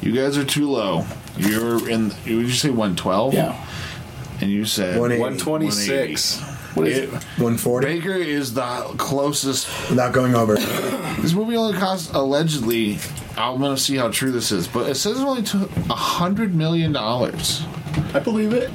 [SPEAKER 10] You guys are too low. You're in. Would you say 112? Yeah. And you said
[SPEAKER 7] 180. 126.
[SPEAKER 10] What is it?
[SPEAKER 5] 140.
[SPEAKER 10] Baker is the closest.
[SPEAKER 5] Without going over.
[SPEAKER 10] this movie only cost allegedly. I'm gonna see how true this is, but it says it only took a hundred million dollars.
[SPEAKER 7] I believe it.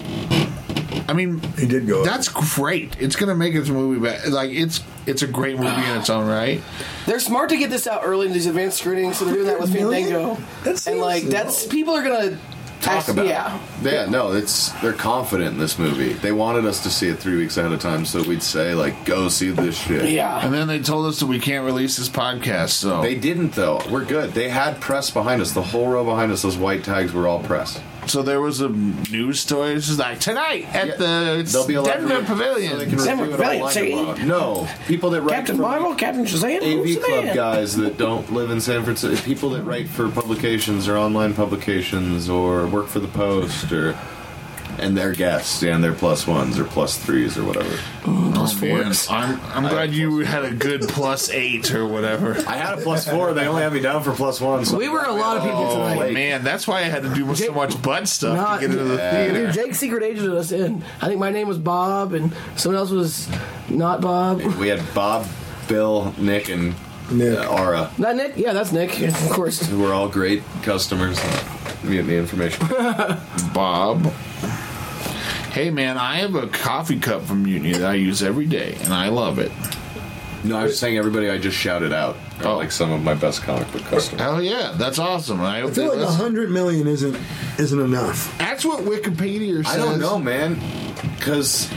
[SPEAKER 10] I mean,
[SPEAKER 5] it did go.
[SPEAKER 10] That's great. It's gonna make its movie better. Like it's it's a great movie in its own right.
[SPEAKER 6] They're smart to get this out early in these advanced screenings, so they're doing that with Fandango. That's and like that's people are gonna
[SPEAKER 7] Talk about. it.
[SPEAKER 6] Yeah.
[SPEAKER 7] Yeah. No, it's they're confident in this movie. They wanted us to see it three weeks ahead of time, so we'd say like, go see this shit.
[SPEAKER 10] And then they told us that we can't release this podcast, so
[SPEAKER 7] They didn't though. We're good. They had press behind us. The whole row behind us. Those white tags were all press.
[SPEAKER 10] So there was a news story. This is like tonight at the
[SPEAKER 7] They'll be allowed
[SPEAKER 10] Denver
[SPEAKER 7] to- so they
[SPEAKER 10] Pavilion.
[SPEAKER 7] can review it online tomorrow. No, people that write
[SPEAKER 6] Captain
[SPEAKER 7] for
[SPEAKER 6] Marvel, Captain Shazam, who's
[SPEAKER 7] AV
[SPEAKER 6] the
[SPEAKER 7] Club
[SPEAKER 6] man?
[SPEAKER 7] guys that don't live in San Francisco, people that write for publications or online publications or work for the Post or and their guests and their plus ones or plus threes or whatever.
[SPEAKER 10] Plus fours. Oh, I'm, I'm glad you had a good plus eight or whatever.
[SPEAKER 7] I had a plus four. They only had me down for plus one. So
[SPEAKER 6] We were a lot of people
[SPEAKER 7] Oh,
[SPEAKER 6] tonight.
[SPEAKER 10] Man, that's why I had to do so much butt stuff to get into the
[SPEAKER 6] Dude,
[SPEAKER 10] theater.
[SPEAKER 6] Jake secret agented us in. I think my name was Bob, and someone else was not Bob.
[SPEAKER 7] we had Bob, Bill, Nick, and uh, Ara.
[SPEAKER 6] Not Nick. Yeah, that's Nick, of course.
[SPEAKER 7] Who were all great customers. Get me information.
[SPEAKER 10] Bob. Hey man, I have a coffee cup from Mutiny that I use every day, and I love it.
[SPEAKER 7] No, I was saying everybody. I just shouted out are, like some of my best comic book customers.
[SPEAKER 10] Hell yeah, that's awesome. I,
[SPEAKER 5] I feel like 100 million isn't isn't enough.
[SPEAKER 10] That's what Wikipedia says.
[SPEAKER 7] I don't know, man, because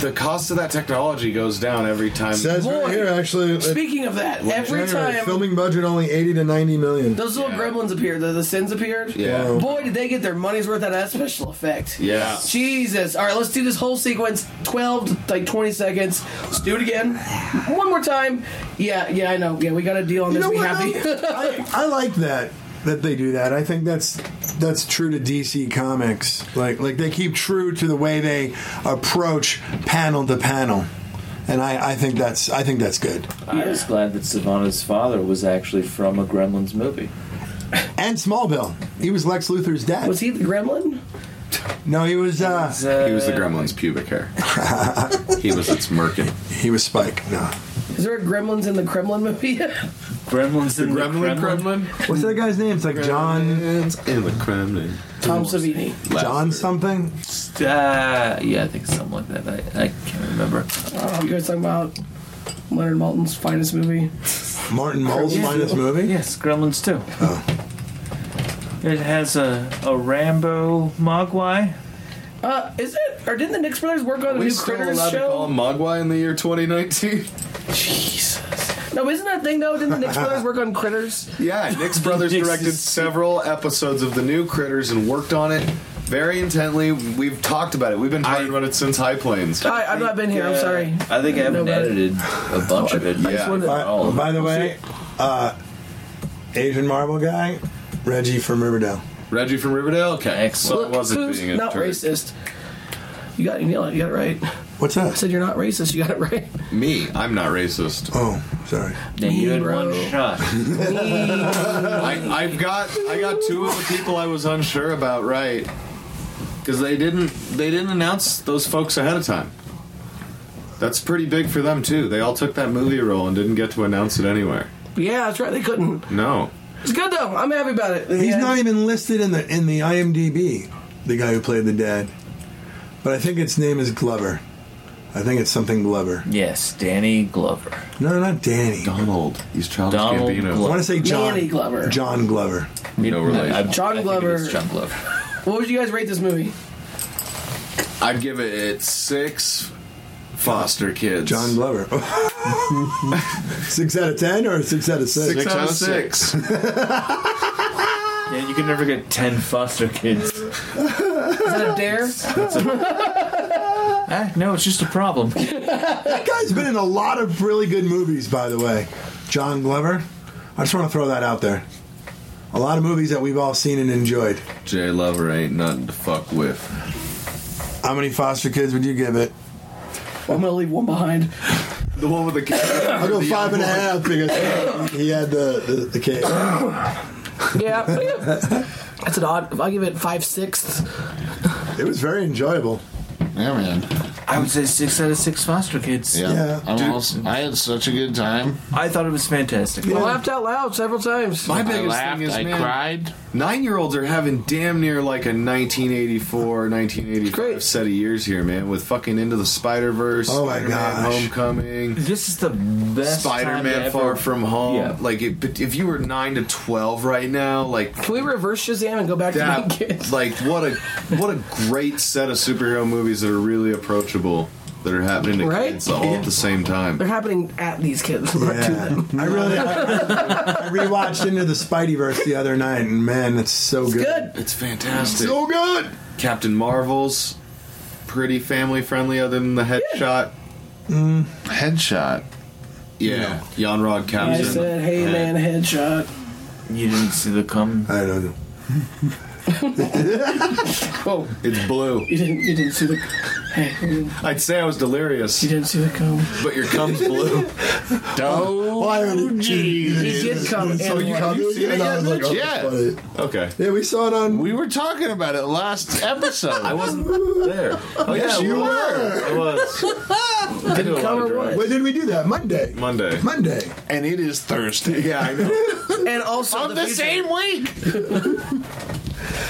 [SPEAKER 7] the cost of that technology goes down every time.
[SPEAKER 5] It says right here actually. that-
[SPEAKER 6] Speaking of that,
[SPEAKER 5] Well,
[SPEAKER 6] every
[SPEAKER 5] January,
[SPEAKER 6] time
[SPEAKER 5] filming budget only 80 to 90 million.
[SPEAKER 6] those little gremlins appeared, the, the sins appeared.
[SPEAKER 7] Yeah.
[SPEAKER 6] Boy, did they get their money's worth out of that special effect.
[SPEAKER 7] Yeah.
[SPEAKER 6] Jesus. All right, let's do this whole sequence, twelve to like twenty seconds. Let's do it again, one more time. Yeah, yeah, I know. Yeah, we got a deal on this.
[SPEAKER 5] know
[SPEAKER 6] We
[SPEAKER 5] what,
[SPEAKER 6] happy.
[SPEAKER 5] I like that that they do that. I think that's that's true to DC Comics. Like like they keep true to the way they approach panel to panel, and I, I think that's I think that's good.
[SPEAKER 4] I was glad that Savannah's father was actually from a Gremlins movie.
[SPEAKER 5] And Smallville, he was Lex Luthor's dad.
[SPEAKER 6] Was he the Gremlin?
[SPEAKER 5] No, he was. Uh,
[SPEAKER 7] He was the gremlin's pubic hair. he was its merkin.
[SPEAKER 5] He was Spike. No.
[SPEAKER 6] Is there a Gremlins in the Kremlin movie?
[SPEAKER 4] Gremlins in the Kremlin.
[SPEAKER 5] What's that guy's name? It's like John
[SPEAKER 7] In the Kremlin.
[SPEAKER 6] Tom Savini.
[SPEAKER 5] John something.
[SPEAKER 4] Uh, yeah, I think something like that. I, I can't remember.
[SPEAKER 6] Oh, you guys talking about Leonard Maltin's finest movie?
[SPEAKER 5] Martin Mull's
[SPEAKER 4] Yeah.
[SPEAKER 5] finest movie.
[SPEAKER 4] Yes, Gremlins 2. It has a, a Rambo Mogwai.
[SPEAKER 6] Uh, is it? Or didn't the Nix brothers work on a
[SPEAKER 7] We
[SPEAKER 6] new
[SPEAKER 7] still
[SPEAKER 6] Critters
[SPEAKER 7] allowed to call
[SPEAKER 6] show?
[SPEAKER 7] him Mogwai in the year 2019?
[SPEAKER 6] No, isn't that thing though? Didn't the Nix brothers work on Critters?
[SPEAKER 7] Yeah, Nick's brothers
[SPEAKER 4] Nick's
[SPEAKER 7] directed
[SPEAKER 4] is-
[SPEAKER 7] several episodes of the new Critters and worked on it very intently. We've talked about it. We've been talking about it since High Plains.
[SPEAKER 6] I, I've not been here. I'm
[SPEAKER 4] Yeah,
[SPEAKER 6] sorry.
[SPEAKER 4] I think I haven't
[SPEAKER 6] No, but-
[SPEAKER 4] edited a bunch of it.
[SPEAKER 7] Yeah.
[SPEAKER 6] wanted-
[SPEAKER 5] By,
[SPEAKER 4] All of
[SPEAKER 5] by the way, uh, Asian marble guy, Reggie from Riverdale.
[SPEAKER 7] Reggie from Riverdale? Okay. So it
[SPEAKER 6] Look,
[SPEAKER 7] wasn't
[SPEAKER 6] who's
[SPEAKER 7] being a
[SPEAKER 6] not
[SPEAKER 7] turd.
[SPEAKER 6] racist. You got you nailed it. You got it right.
[SPEAKER 5] What's
[SPEAKER 6] I
[SPEAKER 5] that?
[SPEAKER 6] said you're not racist. You got it right.
[SPEAKER 7] Me, I'm not racist.
[SPEAKER 5] Oh, sorry.
[SPEAKER 4] Then you had
[SPEAKER 6] Hero.
[SPEAKER 4] one shot.
[SPEAKER 7] I, I've got I got two of the people I was unsure about right because they didn't they didn't announce those folks ahead of time. That's pretty big for them too. They all took that movie role and didn't get to announce it anywhere.
[SPEAKER 6] Yeah, that's right. They couldn't.
[SPEAKER 7] No,
[SPEAKER 6] It's good though. I'm happy about it.
[SPEAKER 5] He's
[SPEAKER 6] Yeah.
[SPEAKER 5] not even listed in the in the IMDb. The guy who played the dad, but I think its name is Glover. I think it's something Glover.
[SPEAKER 4] Yes, Danny Glover.
[SPEAKER 5] No, not Danny.
[SPEAKER 7] Donald. He's Charles
[SPEAKER 4] Donald
[SPEAKER 5] I
[SPEAKER 7] Gambino.
[SPEAKER 4] Glover.
[SPEAKER 5] want to say John
[SPEAKER 6] Manny Glover.
[SPEAKER 5] John Glover.
[SPEAKER 7] No relation.
[SPEAKER 4] I- I-
[SPEAKER 6] John
[SPEAKER 4] I think it
[SPEAKER 6] Glover.
[SPEAKER 4] is John Glover.
[SPEAKER 6] What would you guys rate this movie?
[SPEAKER 7] I'd give it six foster kids.
[SPEAKER 5] John Glover. six out of ten or six out of six?
[SPEAKER 7] Six, out of six.
[SPEAKER 4] Yeah, you can never get ten foster kids.
[SPEAKER 6] Is that a dare?
[SPEAKER 4] Ah, no, it's just a problem.
[SPEAKER 5] That guy's been in a lot of really good movies, by the way. John Glover. I just want to throw that out there. a lot of movies that we've all seen and enjoyed.
[SPEAKER 7] Jay Lover ain't nothing to fuck with.
[SPEAKER 5] How many foster kids would you give it?
[SPEAKER 6] I'm gonna leave one behind.
[SPEAKER 7] The one with the cat.
[SPEAKER 5] I'll go five and a half because he had the the, the kid.
[SPEAKER 6] yeah, that's an odd. If I give it five sixths,
[SPEAKER 5] It was very enjoyable.
[SPEAKER 10] Yeah, man.
[SPEAKER 11] I would say six out of six foster kids.
[SPEAKER 10] Yeah. I'm also- I had such a good time.
[SPEAKER 11] I thought it was fantastic.
[SPEAKER 6] I laughed out loud several times.
[SPEAKER 7] My biggest thing is, man, Nine-year-olds are having damn near like a 1984, 1985 set of years here, man. With fucking Into the Spider Verse,
[SPEAKER 5] Oh my gosh.
[SPEAKER 7] Homecoming.
[SPEAKER 11] This is the best time
[SPEAKER 7] Spider-Man:
[SPEAKER 11] to
[SPEAKER 7] Far
[SPEAKER 11] ever-
[SPEAKER 7] From Home.
[SPEAKER 11] Yeah.
[SPEAKER 7] Like, it, but if you were nine to twelve right now, like
[SPEAKER 6] Can we reverse Shazam and go back to being kids?
[SPEAKER 7] that, like what a what a great set of superhero movies that are really approachable that are happening to
[SPEAKER 6] Right?
[SPEAKER 7] kids all at the same time.
[SPEAKER 6] They're happening at these kids. not to them.
[SPEAKER 5] Yeah. I really I, I rewatched Into the Spideyverse the other night, and man, it's so good.
[SPEAKER 7] It's fantastic.
[SPEAKER 10] Oh,
[SPEAKER 5] So
[SPEAKER 7] good. Captain Marvel's pretty family friendly, other than the headshot. Headshot. Yeah, Yonrod Captain.
[SPEAKER 6] I said, "Hey man, headshot."
[SPEAKER 7] You didn't see the cum.
[SPEAKER 5] I don't know.
[SPEAKER 6] Whoa!
[SPEAKER 7] It's blue.
[SPEAKER 6] You didn't. You didn't see the. Hey, you didn't-
[SPEAKER 7] I'd say I was delirious. You
[SPEAKER 6] didn't see the cum.
[SPEAKER 7] But your cum's blue.
[SPEAKER 5] Oh, I heard
[SPEAKER 6] He did come
[SPEAKER 5] So
[SPEAKER 6] and
[SPEAKER 5] you-
[SPEAKER 6] went.
[SPEAKER 5] you see it
[SPEAKER 10] And I
[SPEAKER 5] yet,
[SPEAKER 10] was like,
[SPEAKER 5] Mitch?
[SPEAKER 10] oh,
[SPEAKER 5] Yeah.
[SPEAKER 10] funny.
[SPEAKER 7] Okay.
[SPEAKER 5] Yeah, we saw it on.
[SPEAKER 10] We were talking about it last episode.
[SPEAKER 7] I wasn't there. Oh,
[SPEAKER 10] yes,
[SPEAKER 7] yeah,
[SPEAKER 10] you
[SPEAKER 7] we
[SPEAKER 10] were.
[SPEAKER 7] I was. I do a lot of drugs.
[SPEAKER 5] When did we do that? Monday.
[SPEAKER 7] Monday.
[SPEAKER 5] Monday.
[SPEAKER 10] And it is Thursday.
[SPEAKER 7] Yeah, I know.
[SPEAKER 6] And also
[SPEAKER 10] Of the
[SPEAKER 6] future-
[SPEAKER 10] same week.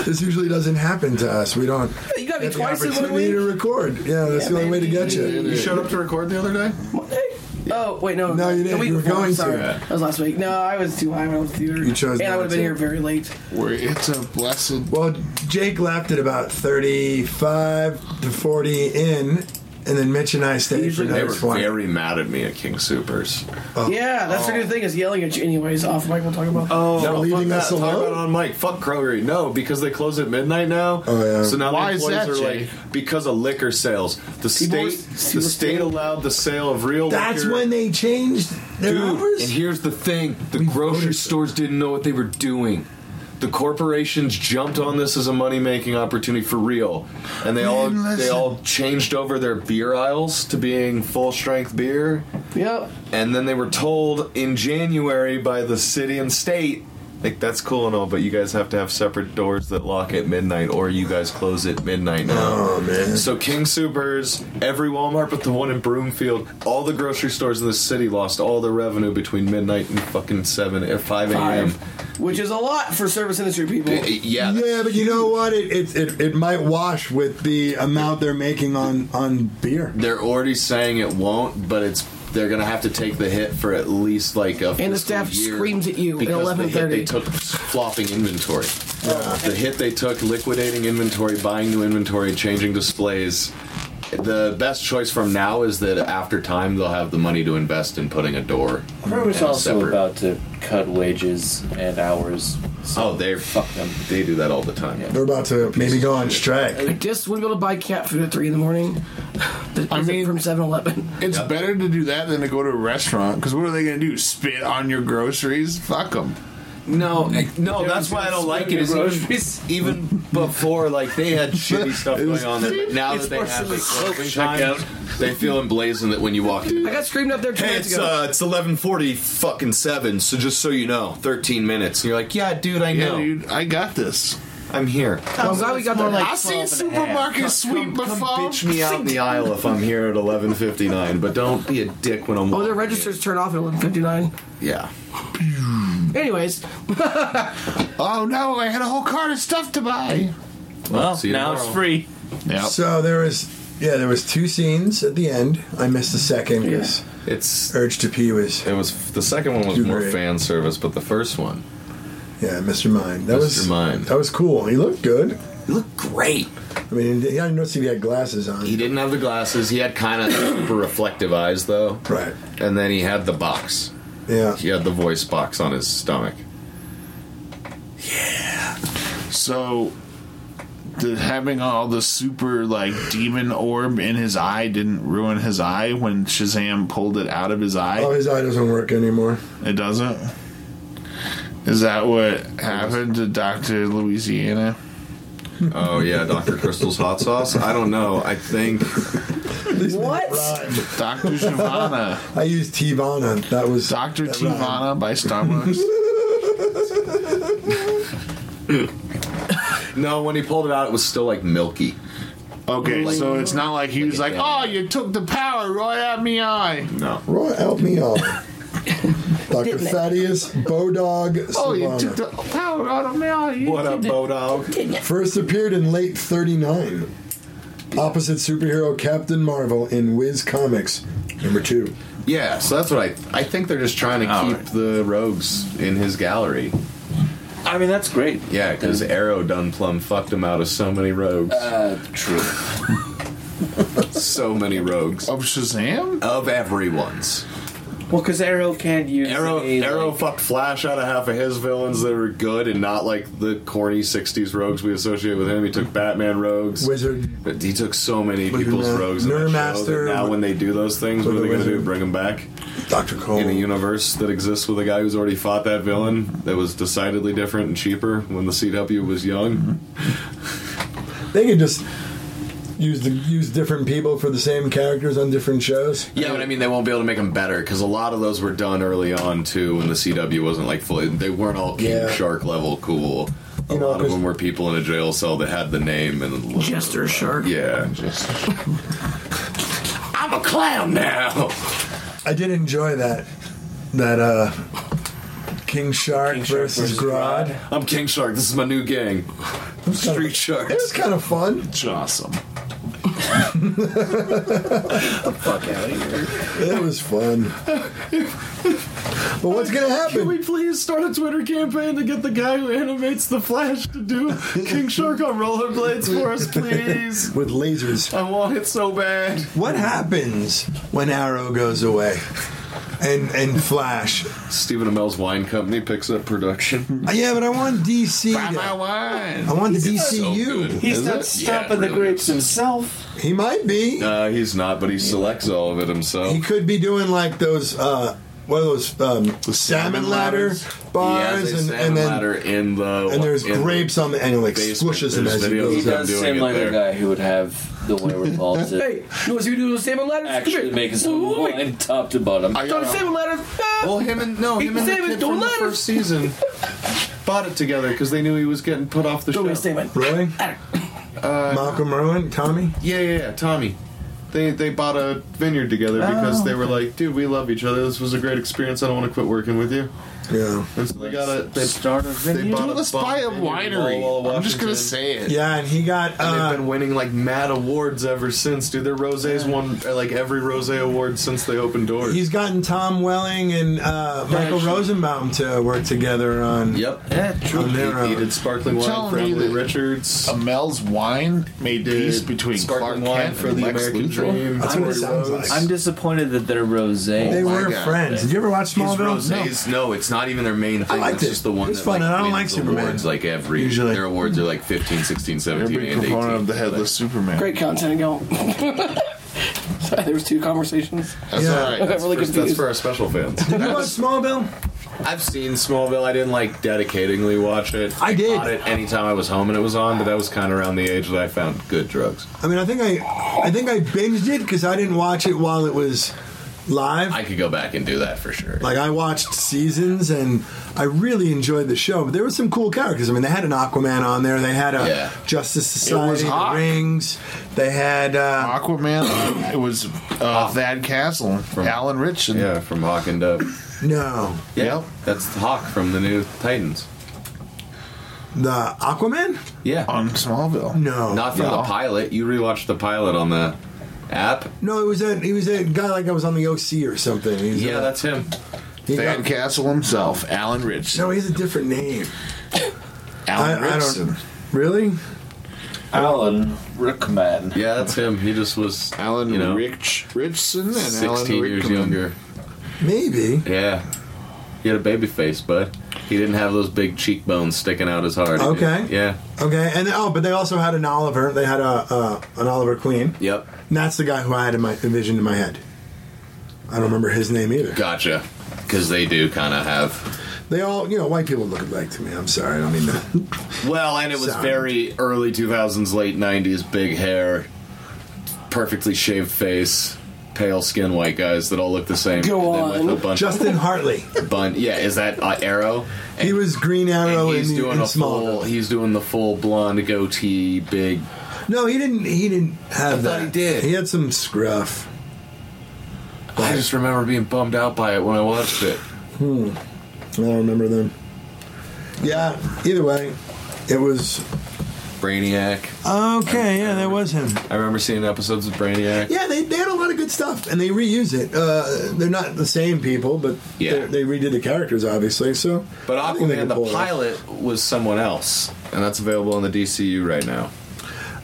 [SPEAKER 5] This usually doesn't happen to us. We don't.
[SPEAKER 6] You got me
[SPEAKER 5] have the
[SPEAKER 6] twice in one
[SPEAKER 5] opportunity
[SPEAKER 6] week.
[SPEAKER 5] to record. Yeah, that's
[SPEAKER 6] Yeah,
[SPEAKER 5] the only way to
[SPEAKER 6] baby.
[SPEAKER 5] get you.
[SPEAKER 7] You showed up to record the other day?
[SPEAKER 6] Oh wait, no,
[SPEAKER 5] No, you
[SPEAKER 6] the
[SPEAKER 5] didn't.
[SPEAKER 6] week
[SPEAKER 5] You were
[SPEAKER 6] before,
[SPEAKER 5] going
[SPEAKER 6] I'm
[SPEAKER 5] to.
[SPEAKER 6] sorry. That was last week. No, I was too high when I was theater.
[SPEAKER 5] You chose
[SPEAKER 6] and I
[SPEAKER 5] not
[SPEAKER 6] would have been
[SPEAKER 5] to.
[SPEAKER 6] here very late.
[SPEAKER 10] Where it's a blessed.
[SPEAKER 5] Well, Jake left at about 35 to 40 in, and then Mitch and I stayed for
[SPEAKER 7] Usually
[SPEAKER 5] the
[SPEAKER 7] they were
[SPEAKER 5] next one.
[SPEAKER 7] very mad at me at King Supers.
[SPEAKER 5] Oh.
[SPEAKER 6] Yeah, that's the new thing is yelling at you. Anyways, off mic we'll talk about. that.
[SPEAKER 7] Oh,
[SPEAKER 5] They're leaving
[SPEAKER 7] fuck
[SPEAKER 5] us
[SPEAKER 7] that. Talk
[SPEAKER 5] alone?
[SPEAKER 7] about it on mic. Fuck Krogery. No, because they close at midnight now.
[SPEAKER 5] Oh, yeah.
[SPEAKER 7] So now
[SPEAKER 10] Why
[SPEAKER 7] the
[SPEAKER 10] is
[SPEAKER 7] employees
[SPEAKER 10] that,
[SPEAKER 7] are
[SPEAKER 10] Jay?
[SPEAKER 7] like because of liquor sales.
[SPEAKER 6] People
[SPEAKER 7] The state
[SPEAKER 6] were-
[SPEAKER 7] the
[SPEAKER 6] people
[SPEAKER 7] state
[SPEAKER 6] were-
[SPEAKER 7] allowed the sale of real
[SPEAKER 5] That's
[SPEAKER 7] liquor.
[SPEAKER 5] when they changed their
[SPEAKER 7] Dude,
[SPEAKER 5] hours?
[SPEAKER 7] and here's the thing: the grocery stores didn't know what they were doing. The corporations jumped on this as a money-making opportunity for real, and they all
[SPEAKER 10] Man,
[SPEAKER 7] they
[SPEAKER 10] listen.
[SPEAKER 7] all changed over their beer aisles to being full-strength beer,
[SPEAKER 6] Yep.
[SPEAKER 7] and then they were told in January by the city and state. Like that's cool and all, but you guys have to have separate doors that lock at midnight, or you guys close at midnight now.
[SPEAKER 5] Oh, man.
[SPEAKER 7] So King Supers, every Walmart but the one in Broomfield, all the grocery stores in the city lost all their revenue between midnight and fucking seven or five a.m.
[SPEAKER 6] Which is a lot for service industry people.
[SPEAKER 7] Uh, Yeah,
[SPEAKER 5] Yeah, but you know what? It, it, it, it might wash with the amount they're making on, on beer.
[SPEAKER 7] they're already saying it won't, but it's they're gonna have to take the hit for at least like a
[SPEAKER 6] And the
[SPEAKER 7] fiscal
[SPEAKER 6] staff
[SPEAKER 7] year
[SPEAKER 6] screams at you at
[SPEAKER 7] because the hit
[SPEAKER 6] 11:30.
[SPEAKER 7] They took flopping inventory. Uh, The hit they took liquidating inventory, buying new inventory, changing displays. The best choice from now is that after time they'll have the money to invest in putting a door.
[SPEAKER 12] Kroger was
[SPEAKER 7] and a
[SPEAKER 12] also
[SPEAKER 7] separate-
[SPEAKER 12] about to cut wages and hours.
[SPEAKER 7] Oh, they're fuck them. They do that all the time.
[SPEAKER 5] They're about to maybe go on strike.
[SPEAKER 6] I just wouldn't be able to buy cat food at three in the morning. I mean, from 7-Eleven.
[SPEAKER 10] It's better to do that than to go to a restaurant because what are they going to do? Spit on your groceries? Fuck them.
[SPEAKER 7] No, no, that's why I don't like it. Is even, even before, like they had shitty stuff going on there, but now that they have the closing times, they feel emblazoned that when you walk in.
[SPEAKER 6] I got screamed up there two
[SPEAKER 7] Hey,
[SPEAKER 6] minutes
[SPEAKER 7] it's
[SPEAKER 6] ago.
[SPEAKER 7] uh, it's eleven forty fucking seven. So just so you know, thirteen minutes. And you're like, yeah, dude, I
[SPEAKER 10] Yeah,
[SPEAKER 7] know,
[SPEAKER 10] dude, I got this.
[SPEAKER 7] I'm here.
[SPEAKER 6] I'm glad we got there.
[SPEAKER 10] I've seen supermarket sweep before.
[SPEAKER 6] Oh,
[SPEAKER 7] Bitch me out in the aisle if I'm here at eleven fifty nine, but don't be a dick when I'm.
[SPEAKER 6] Oh, their
[SPEAKER 7] walking in.
[SPEAKER 6] registers turn off at 11:59.
[SPEAKER 7] Yeah.
[SPEAKER 6] Anyways,
[SPEAKER 10] Oh no, I had a whole cart of stuff to buy.
[SPEAKER 7] Well,
[SPEAKER 11] Well,
[SPEAKER 7] see you
[SPEAKER 11] now it's
[SPEAKER 7] tomorrow.
[SPEAKER 11] free.
[SPEAKER 10] Yeah.
[SPEAKER 5] So there was, yeah, there was two scenes at the end. I missed the second because
[SPEAKER 7] It's
[SPEAKER 5] Urge to Pee was,
[SPEAKER 7] It was the second one was
[SPEAKER 5] Too
[SPEAKER 7] more
[SPEAKER 5] great.
[SPEAKER 7] fan service, but the first one,
[SPEAKER 5] yeah, Mr. Mime. That was
[SPEAKER 7] Mr. Mime.
[SPEAKER 5] That was cool. He looked good.
[SPEAKER 7] he looked great.
[SPEAKER 5] I mean, I didn't notice if he had glasses on.
[SPEAKER 7] He didn't have the glasses. He had kind of super reflective eyes though,
[SPEAKER 5] Right.
[SPEAKER 7] and then he had the box.
[SPEAKER 5] Yeah.
[SPEAKER 7] He had the voice box on his stomach.
[SPEAKER 10] So, the, having all the super like demon orb in his eye didn't ruin his eye when Shazam pulled it out of his eye.
[SPEAKER 5] Oh, his eye doesn't work anymore.
[SPEAKER 10] It doesn't. Is that what happened to Doctor Louisiana?
[SPEAKER 7] Oh yeah, Dr. Crystal's hot sauce. I don't know. I think
[SPEAKER 6] What?
[SPEAKER 10] Doctor Shivana.
[SPEAKER 5] I used Tivana. That was
[SPEAKER 10] Doctor
[SPEAKER 5] that
[SPEAKER 10] Tivana by Starbucks.
[SPEAKER 7] no. When he pulled it out, it was still like milky.
[SPEAKER 10] Okay, so it's not like he was like, "Oh, you took the power right out me eye."
[SPEAKER 7] No.
[SPEAKER 5] Roy, help me out. Dr. Thaddeus Bodog
[SPEAKER 10] Oh, you
[SPEAKER 5] Savannah.
[SPEAKER 10] took the power out of me eye.
[SPEAKER 7] What up, Bodog?
[SPEAKER 5] First appeared in late 39. Opposite superhero Captain Marvel in Wiz Comics, number two.
[SPEAKER 7] Yeah, so that's what I. I think they're just trying to keep the rogues in his gallery.
[SPEAKER 4] I mean, that's great.
[SPEAKER 7] Yeah, because Arrow done plum fucked him out of so many rogues.
[SPEAKER 4] Uh, true.
[SPEAKER 7] so many rogues
[SPEAKER 10] of Shazam
[SPEAKER 7] of everyone's.
[SPEAKER 13] Well, because Arrow can use
[SPEAKER 7] Arrow. Arrow fucked Flash out of half of his villains that were good and not like the corny '60s rogues we associate with him. He took Batman rogues,
[SPEAKER 5] Wizard.
[SPEAKER 7] But he took so many
[SPEAKER 5] Wizard
[SPEAKER 7] people's
[SPEAKER 5] Man-
[SPEAKER 7] rogues. in that
[SPEAKER 5] Neuromancer.
[SPEAKER 7] show that Now, when they do those things, what are they going to do? Bring him back?
[SPEAKER 5] Doctor Cole
[SPEAKER 7] in a universe that exists with a guy who's already fought that villain that was decidedly different and cheaper when the CW was young.
[SPEAKER 5] They could just use the use different people for the same characters on different shows.
[SPEAKER 7] Yeah, but I mean, they won't be able to make them better because a lot of those were done early on too, when the CW wasn't like fully. They weren't all King
[SPEAKER 5] Yeah.
[SPEAKER 7] Shark level cool. A lot of them were people in a jail cell that had the name and Jester Shark. Yeah, just I'm a clown now.
[SPEAKER 5] I did enjoy that that uh King Shark versus Grodd.
[SPEAKER 7] I'm King Shark. This is my new gang. Street Sharks.
[SPEAKER 5] It's kind of fun.
[SPEAKER 10] It's awesome.
[SPEAKER 5] Fuck out of here. It was fun. But what's gonna happen?
[SPEAKER 7] Can we please start a Twitter campaign to get the guy who animates the Flash to do King Shark on rollerblades for us, please?
[SPEAKER 5] With lasers.
[SPEAKER 7] I want it so bad.
[SPEAKER 5] What happens when Arrow goes away? And and Flash.
[SPEAKER 7] Stephen Amell's wine company picks up production.
[SPEAKER 5] Uh, Yeah, but I want DC.
[SPEAKER 10] Buy
[SPEAKER 5] to-
[SPEAKER 10] my wine.
[SPEAKER 5] I want the
[SPEAKER 10] He's
[SPEAKER 5] DCU.
[SPEAKER 7] good. He's Is not it? stopping Yeah, the really. grapes
[SPEAKER 5] himself. He might be.
[SPEAKER 7] Uh, he's not, but he selects all of it himself.
[SPEAKER 5] He could be doing like those. Uh, what are those um, salmon, ladder bars,
[SPEAKER 7] he has
[SPEAKER 5] and,
[SPEAKER 7] a salmon
[SPEAKER 5] and then
[SPEAKER 7] ladder in the
[SPEAKER 5] and there's
[SPEAKER 7] in the
[SPEAKER 5] grapes on the and he like
[SPEAKER 7] basement.
[SPEAKER 5] squishes them
[SPEAKER 7] There's
[SPEAKER 5] as he
[SPEAKER 7] videos
[SPEAKER 5] goes
[SPEAKER 7] of him
[SPEAKER 5] up.
[SPEAKER 7] doing
[SPEAKER 4] Seem
[SPEAKER 7] it
[SPEAKER 4] like
[SPEAKER 7] there.
[SPEAKER 4] a guy who would have the wherewithal to
[SPEAKER 6] Hey, you want to see what you do with salmon ladders?
[SPEAKER 4] actually make his own wine top to bottom.
[SPEAKER 6] Don't salmon ladders. Ah.
[SPEAKER 7] Well, him and no, him and the kid from the first season bought it together because they knew he was getting put off the show.
[SPEAKER 5] Roy,
[SPEAKER 7] Uh,
[SPEAKER 5] Malcolm Merlin, Tommy.
[SPEAKER 7] Yeah, yeah, yeah, Tommy. They they bought a vineyard together because
[SPEAKER 5] Oh.
[SPEAKER 7] they were like, dude, we love each other. This was a great experience. I don't want to quit working with you.
[SPEAKER 5] Yeah.
[SPEAKER 7] And so they got a they
[SPEAKER 13] start a
[SPEAKER 7] They
[SPEAKER 10] vineyard?
[SPEAKER 7] bought
[SPEAKER 10] Let's
[SPEAKER 7] a bump
[SPEAKER 10] buy a
[SPEAKER 7] vineyard in
[SPEAKER 10] winery.
[SPEAKER 7] Walla,
[SPEAKER 10] I'm just gonna
[SPEAKER 7] Washington.
[SPEAKER 10] say it.
[SPEAKER 5] Yeah, and he got. uh,
[SPEAKER 7] And
[SPEAKER 10] Uh.
[SPEAKER 7] they've been winning like mad awards ever since, dude. Their rosé's won uh, like every rosé award since they opened doors.
[SPEAKER 5] He's gotten Tom Welling and uh, Michael
[SPEAKER 7] Actually-
[SPEAKER 5] Rosenbaum to work together on.
[SPEAKER 7] Yep.
[SPEAKER 5] Yeah, true.
[SPEAKER 7] He, he did sparkling
[SPEAKER 10] I'm
[SPEAKER 7] wine
[SPEAKER 10] telling
[SPEAKER 7] for
[SPEAKER 10] you
[SPEAKER 7] Emily
[SPEAKER 10] that
[SPEAKER 7] Richards.
[SPEAKER 10] Amel's wine made peace
[SPEAKER 7] Did
[SPEAKER 10] between Clark
[SPEAKER 7] sparkling
[SPEAKER 10] Kent
[SPEAKER 7] wine
[SPEAKER 10] and
[SPEAKER 7] for the
[SPEAKER 10] Lex
[SPEAKER 7] American
[SPEAKER 10] Luthor.
[SPEAKER 7] dream.
[SPEAKER 10] That's what it sounds like.
[SPEAKER 13] I'm disappointed that they're rose.
[SPEAKER 5] They
[SPEAKER 7] my
[SPEAKER 5] were
[SPEAKER 7] God.
[SPEAKER 5] friends. Did you ever watch
[SPEAKER 7] His
[SPEAKER 5] Smallville?
[SPEAKER 7] rosés, no. it's not even their main thing.
[SPEAKER 5] liked
[SPEAKER 7] it's
[SPEAKER 5] it.
[SPEAKER 7] just the one
[SPEAKER 5] It was
[SPEAKER 7] that
[SPEAKER 5] fun,
[SPEAKER 7] like,
[SPEAKER 5] and I don't
[SPEAKER 7] wins
[SPEAKER 5] like Superman,
[SPEAKER 7] Awards, like every
[SPEAKER 5] usually.
[SPEAKER 7] their awards are like 15, 16, 17,
[SPEAKER 10] Every
[SPEAKER 7] and 18.
[SPEAKER 10] proponent of the headless Superman.
[SPEAKER 6] Great content, y'all. Sorry, there was two conversations.
[SPEAKER 7] That's
[SPEAKER 6] yeah.
[SPEAKER 7] all right.
[SPEAKER 6] I got
[SPEAKER 7] That's,
[SPEAKER 6] really
[SPEAKER 7] for, that's
[SPEAKER 6] confused.
[SPEAKER 7] for our special fans.
[SPEAKER 5] Did you watch Smallville?
[SPEAKER 7] I've seen Smallville. I didn't like dedicatingly watch it. I did. It anytime I was home and it was on, but that was kind of around the age that I found good drugs.
[SPEAKER 5] I mean, I think I, I think I binged it because I didn't watch it while it was live.
[SPEAKER 7] I could go back and do that for sure.
[SPEAKER 5] Like I watched seasons and I really enjoyed the show. But there were some cool characters. I mean, they had an Aquaman on there. They had a
[SPEAKER 10] Yeah.
[SPEAKER 5] Justice
[SPEAKER 10] It
[SPEAKER 5] Society,
[SPEAKER 10] was
[SPEAKER 5] the
[SPEAKER 10] Hawk.
[SPEAKER 5] Rings. They had uh,
[SPEAKER 10] Aquaman. it was uh, Thad Castle from Alan Rich. And
[SPEAKER 7] Yeah, from Hawk and Dove.
[SPEAKER 5] no
[SPEAKER 7] Yeah, that's Hawk from the new Titans.
[SPEAKER 5] the Aquaman.
[SPEAKER 7] Yeah,
[SPEAKER 10] on Smallville.
[SPEAKER 5] Oh, No,
[SPEAKER 7] Not from the pilot. You rewatched the pilot on the app.
[SPEAKER 5] No, it was a he was a guy like I was on the OC or something. He was,
[SPEAKER 7] Yeah,
[SPEAKER 5] uh,
[SPEAKER 7] that's him.
[SPEAKER 5] he
[SPEAKER 10] Thad
[SPEAKER 5] got-
[SPEAKER 10] Castle himself, Alan Rich.
[SPEAKER 5] no, he has a different name.
[SPEAKER 10] Alan
[SPEAKER 5] I- I don't-
[SPEAKER 10] Richson.
[SPEAKER 5] Really?
[SPEAKER 4] Alan Rickman.
[SPEAKER 7] Yeah, that's him. He just was Alan you know,
[SPEAKER 10] Rich Richson and Alan
[SPEAKER 7] 16 years
[SPEAKER 10] Rickman.
[SPEAKER 7] younger.
[SPEAKER 5] Maybe.
[SPEAKER 7] Yeah. He had a baby face, bud. He didn't have those big cheekbones sticking out as hard.
[SPEAKER 5] Okay.
[SPEAKER 7] Yeah.
[SPEAKER 5] Okay, and oh, but they also had an Oliver. They had a uh, an Oliver Queen.
[SPEAKER 7] Yep.
[SPEAKER 5] And that's the guy who I had in my envisioned in my head. I don't remember his name either.
[SPEAKER 7] Gotcha. Because they do kind of have.
[SPEAKER 5] They all, you know, white people look alike to me. I'm sorry, I don't mean to.
[SPEAKER 7] Well, and it was
[SPEAKER 5] Sound.
[SPEAKER 7] very early 2000s, late 90s, big hair, perfectly shaved face, pale skin, white guys that all look the same.
[SPEAKER 5] Go
[SPEAKER 7] And then with
[SPEAKER 5] on.
[SPEAKER 7] a bunch-
[SPEAKER 5] Justin Hartley.
[SPEAKER 7] A bun- yeah, is that uh, Arrow?
[SPEAKER 5] he was Green Arrow in,
[SPEAKER 7] He's
[SPEAKER 5] the,
[SPEAKER 7] doing
[SPEAKER 5] in
[SPEAKER 7] a
[SPEAKER 5] Smallville.
[SPEAKER 7] full. He's doing the full blonde goatee, big.
[SPEAKER 5] No, he didn't. He didn't have that. he did. He had some scruff.
[SPEAKER 7] I just remember being bummed out by it when I watched it.
[SPEAKER 5] Hmm. I don't remember them. Yeah. Either way, it was
[SPEAKER 7] Brainiac.
[SPEAKER 5] okay. Yeah, that was him.
[SPEAKER 7] I remember seeing episodes of Brainiac.
[SPEAKER 5] Yeah, they, they had a lot of good stuff, and they reuse it. Uh, they're not the same people, but
[SPEAKER 7] Yeah.
[SPEAKER 5] they they redid the characters, obviously. So,
[SPEAKER 7] But
[SPEAKER 5] I think they
[SPEAKER 7] Aquaman,
[SPEAKER 5] could pull it
[SPEAKER 7] the
[SPEAKER 5] off.
[SPEAKER 7] pilot, was someone else, and that's available on the DCU right now.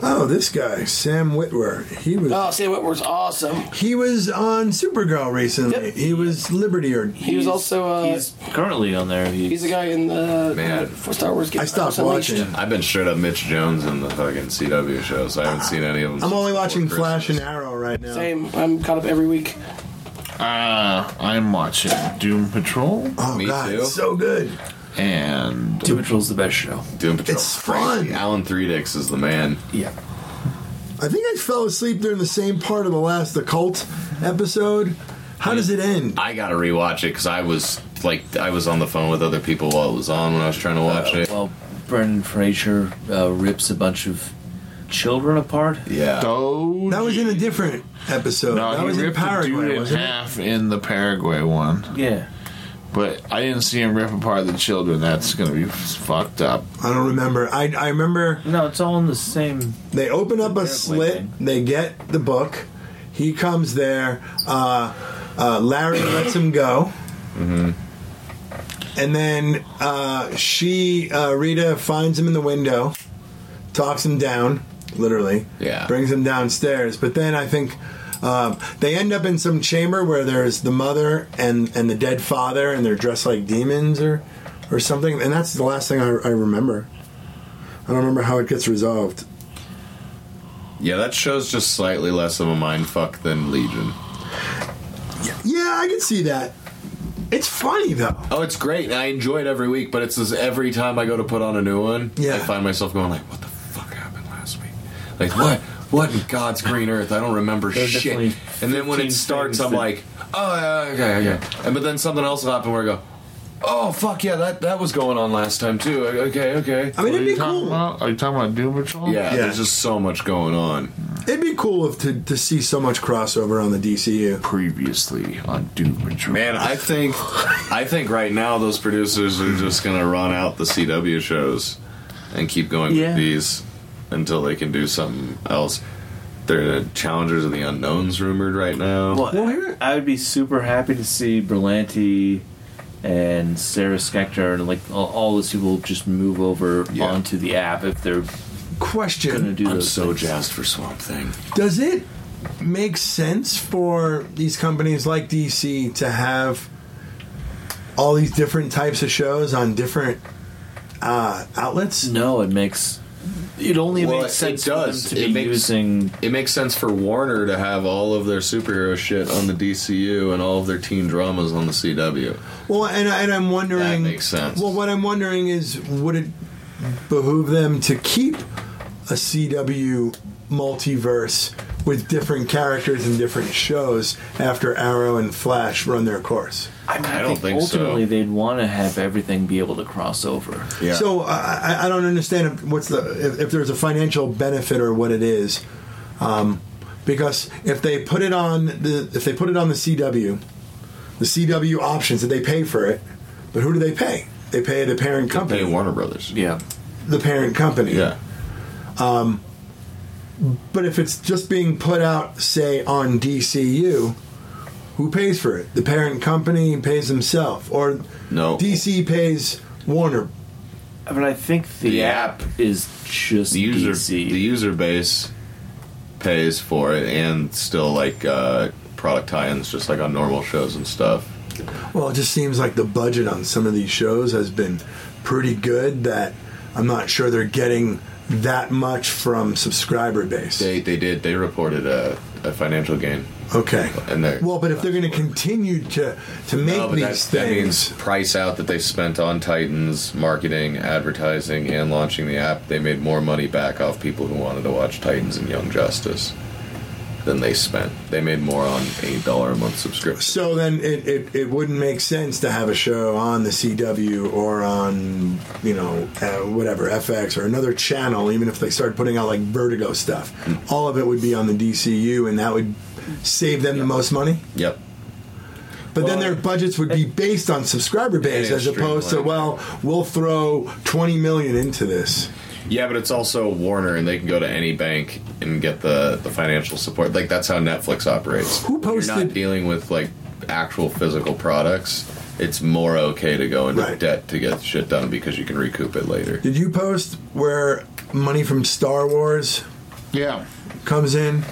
[SPEAKER 5] Oh, this guy, Sam Witwer. He was.
[SPEAKER 6] Oh, Sam Witwer's awesome.
[SPEAKER 5] He was on Supergirl recently. He was Liberty or
[SPEAKER 6] He was also uh, he's,
[SPEAKER 4] Currently on there, he's,
[SPEAKER 6] the guy in the
[SPEAKER 7] Man.
[SPEAKER 6] for Star Wars. Game.
[SPEAKER 7] I've been straight up Mitch Jones in the fucking CW shows. I haven't seen any of them.
[SPEAKER 5] I'm only watching
[SPEAKER 7] Christmas.
[SPEAKER 5] Flash and Arrow right now.
[SPEAKER 6] Same. I'm caught up every week.
[SPEAKER 10] Uh, I'm watching Doom Patrol.
[SPEAKER 5] Oh
[SPEAKER 7] Me God, too. it's so
[SPEAKER 5] good.
[SPEAKER 10] And Doom
[SPEAKER 4] Patrol's the best show.
[SPEAKER 7] Doom Patrol.
[SPEAKER 5] It's fun.
[SPEAKER 7] Alan Three-Dix is the man.
[SPEAKER 4] Yeah.
[SPEAKER 5] I think I fell asleep during the same part of the last The Cult episode. How does it end?
[SPEAKER 7] I gotta rewatch it because I was like, I was on the phone with other people while it was on when I was trying to watch
[SPEAKER 5] Oh.
[SPEAKER 7] it.
[SPEAKER 4] Uh, Well, Brendan Fraser uh, rips a bunch of children apart.
[SPEAKER 7] Yeah.
[SPEAKER 5] that was in a different episode.
[SPEAKER 10] Oh, No,
[SPEAKER 5] that
[SPEAKER 10] he
[SPEAKER 5] was in
[SPEAKER 10] ripped the dude
[SPEAKER 5] Paraguay,
[SPEAKER 10] in
[SPEAKER 5] wasn't it?
[SPEAKER 10] half in the Paraguay one.
[SPEAKER 4] Yeah.
[SPEAKER 10] But I didn't see him rip apart the children. That's gonna be fucked up.
[SPEAKER 5] I don't remember. I, I remember.
[SPEAKER 4] No, it's all in the same.
[SPEAKER 5] They open up a slit. They get the book. He comes there. Uh, uh, Larry lets him go. And then uh, she, uh, Rita, finds him in the window, talks him down, literally.
[SPEAKER 7] Yeah.
[SPEAKER 5] Brings him downstairs. But then I think uh, they end up in some chamber where there's the mother and, and the dead father, and they're dressed like demons or, or something. And that's the last thing I, I remember. I don't remember how it gets resolved.
[SPEAKER 7] Yeah, that show's just slightly less of a mind fuck than Legion.
[SPEAKER 5] Yeah, I can see that. It's funny though.
[SPEAKER 7] Oh, it's great. and I enjoy it every week, but it's just every time I go to put on a new one, I find myself going like, "What the fuck happened last week? Like what? What in God's green earth? I don't remember
[SPEAKER 4] There's
[SPEAKER 7] shit."
[SPEAKER 4] definitely
[SPEAKER 7] And then when it
[SPEAKER 4] 15
[SPEAKER 7] starts,
[SPEAKER 4] things
[SPEAKER 7] I'm
[SPEAKER 4] that-
[SPEAKER 7] like, "Oh, yeah, okay, okay." And but then something else will happen where I go, "Oh fuck yeah, that that was going on last time too." Okay, okay.
[SPEAKER 5] I mean, it'd be
[SPEAKER 10] Are you talking
[SPEAKER 5] cool.
[SPEAKER 10] about- are you talking about Doom Patrol?
[SPEAKER 7] Yeah,
[SPEAKER 5] Yeah.
[SPEAKER 7] there's just so much going on.
[SPEAKER 5] It'd be cool if to, to see so much crossover on the DCU.
[SPEAKER 10] Previously on Doom Patrol.
[SPEAKER 7] Man, I think, I think right now those producers are just gonna run out the CW shows and keep going
[SPEAKER 4] Yeah.
[SPEAKER 7] with these until they can do something else. They're the Challengers of the Unknowns rumored right now.
[SPEAKER 4] Well, I would be super happy to see Berlanti and Sarah Schechter and like all, all those people just move over onto the app if they're gonna
[SPEAKER 5] Question:
[SPEAKER 4] do
[SPEAKER 7] I'm
[SPEAKER 4] those
[SPEAKER 7] so
[SPEAKER 4] things.
[SPEAKER 7] jazzed for Swamp Thing.
[SPEAKER 5] Does it make sense for these companies like DC to have all these different types of shows on different uh, outlets?
[SPEAKER 4] No, it makes it only
[SPEAKER 7] Well,
[SPEAKER 4] makes
[SPEAKER 7] it
[SPEAKER 4] sense
[SPEAKER 7] does.
[SPEAKER 4] for them to
[SPEAKER 7] It
[SPEAKER 4] be
[SPEAKER 7] makes-
[SPEAKER 4] using
[SPEAKER 7] It makes sense for Warner to have all of their superhero shit on the DCU and all of their teen dramas on the CW.
[SPEAKER 5] Well, and, and I'm wondering.
[SPEAKER 7] That makes sense.
[SPEAKER 5] Well, what I'm wondering is, would it behoove them to keep a CW multiverse with different characters and different shows after Arrow and Flash run their course?
[SPEAKER 4] I, mean,
[SPEAKER 7] I don't think so.
[SPEAKER 4] ultimately they'd want to have everything be able to cross over.
[SPEAKER 5] So I, I- I don't understand if, what's the if, if there's a financial benefit or what it is, um, because if they put it on the if they put it on the CW, the CW options that they pay for it, but who do they pay? They pay the parent company,
[SPEAKER 7] Hey, Warner Brothers.
[SPEAKER 4] Yeah.
[SPEAKER 5] the parent company.
[SPEAKER 7] Yeah.
[SPEAKER 5] Um, but if it's just being put out, say on DCU, who pays for it? The parent company pays himself, or
[SPEAKER 7] No.
[SPEAKER 5] DC pays Warner.
[SPEAKER 4] But I think the,
[SPEAKER 7] The
[SPEAKER 4] app, is just
[SPEAKER 7] the user
[SPEAKER 4] DC.
[SPEAKER 7] the user base pays for it and still like uh, product tie-ins just like on normal shows and stuff
[SPEAKER 5] Well, it just seems like the budget on some of these shows has been pretty good. That I'm not sure they're getting that much from subscriber base.
[SPEAKER 7] they they did they reported a, a a financial gain.
[SPEAKER 5] Okay.
[SPEAKER 7] And they're,
[SPEAKER 5] Well, but if they're going to continue to to make
[SPEAKER 7] no, but that,
[SPEAKER 5] these
[SPEAKER 7] that
[SPEAKER 5] things,
[SPEAKER 7] means price out that they spent on Titans marketing, advertising, and launching the app. They made more money back off people who wanted to watch Titans and Young Justice than they spent. They made more on a dollar a month subscription.
[SPEAKER 5] so then it, it, it wouldn't make sense to have a show on the CW or on you know uh, whatever FX or another channel, even if they started putting out like Vertigo stuff.
[SPEAKER 7] Hmm.
[SPEAKER 5] All of it would be on the DCU, and that would save them the most money.
[SPEAKER 7] Yep.
[SPEAKER 5] But then their budgets would be based on subscriber base,
[SPEAKER 7] Yeah,
[SPEAKER 5] as opposed to
[SPEAKER 7] streamlined.
[SPEAKER 5] well, we'll throw twenty million into this.
[SPEAKER 7] Yeah, but it's also Warner, and they can go to any bank and get the, the financial support. Like that's how Netflix operates. Who You're not
[SPEAKER 5] posted-
[SPEAKER 7] dealing with like actual physical products. It's more okay to go into debt to get shit done because you can recoup it later.
[SPEAKER 5] Did you post where money from Star Wars?
[SPEAKER 10] Yeah.
[SPEAKER 5] Comes in,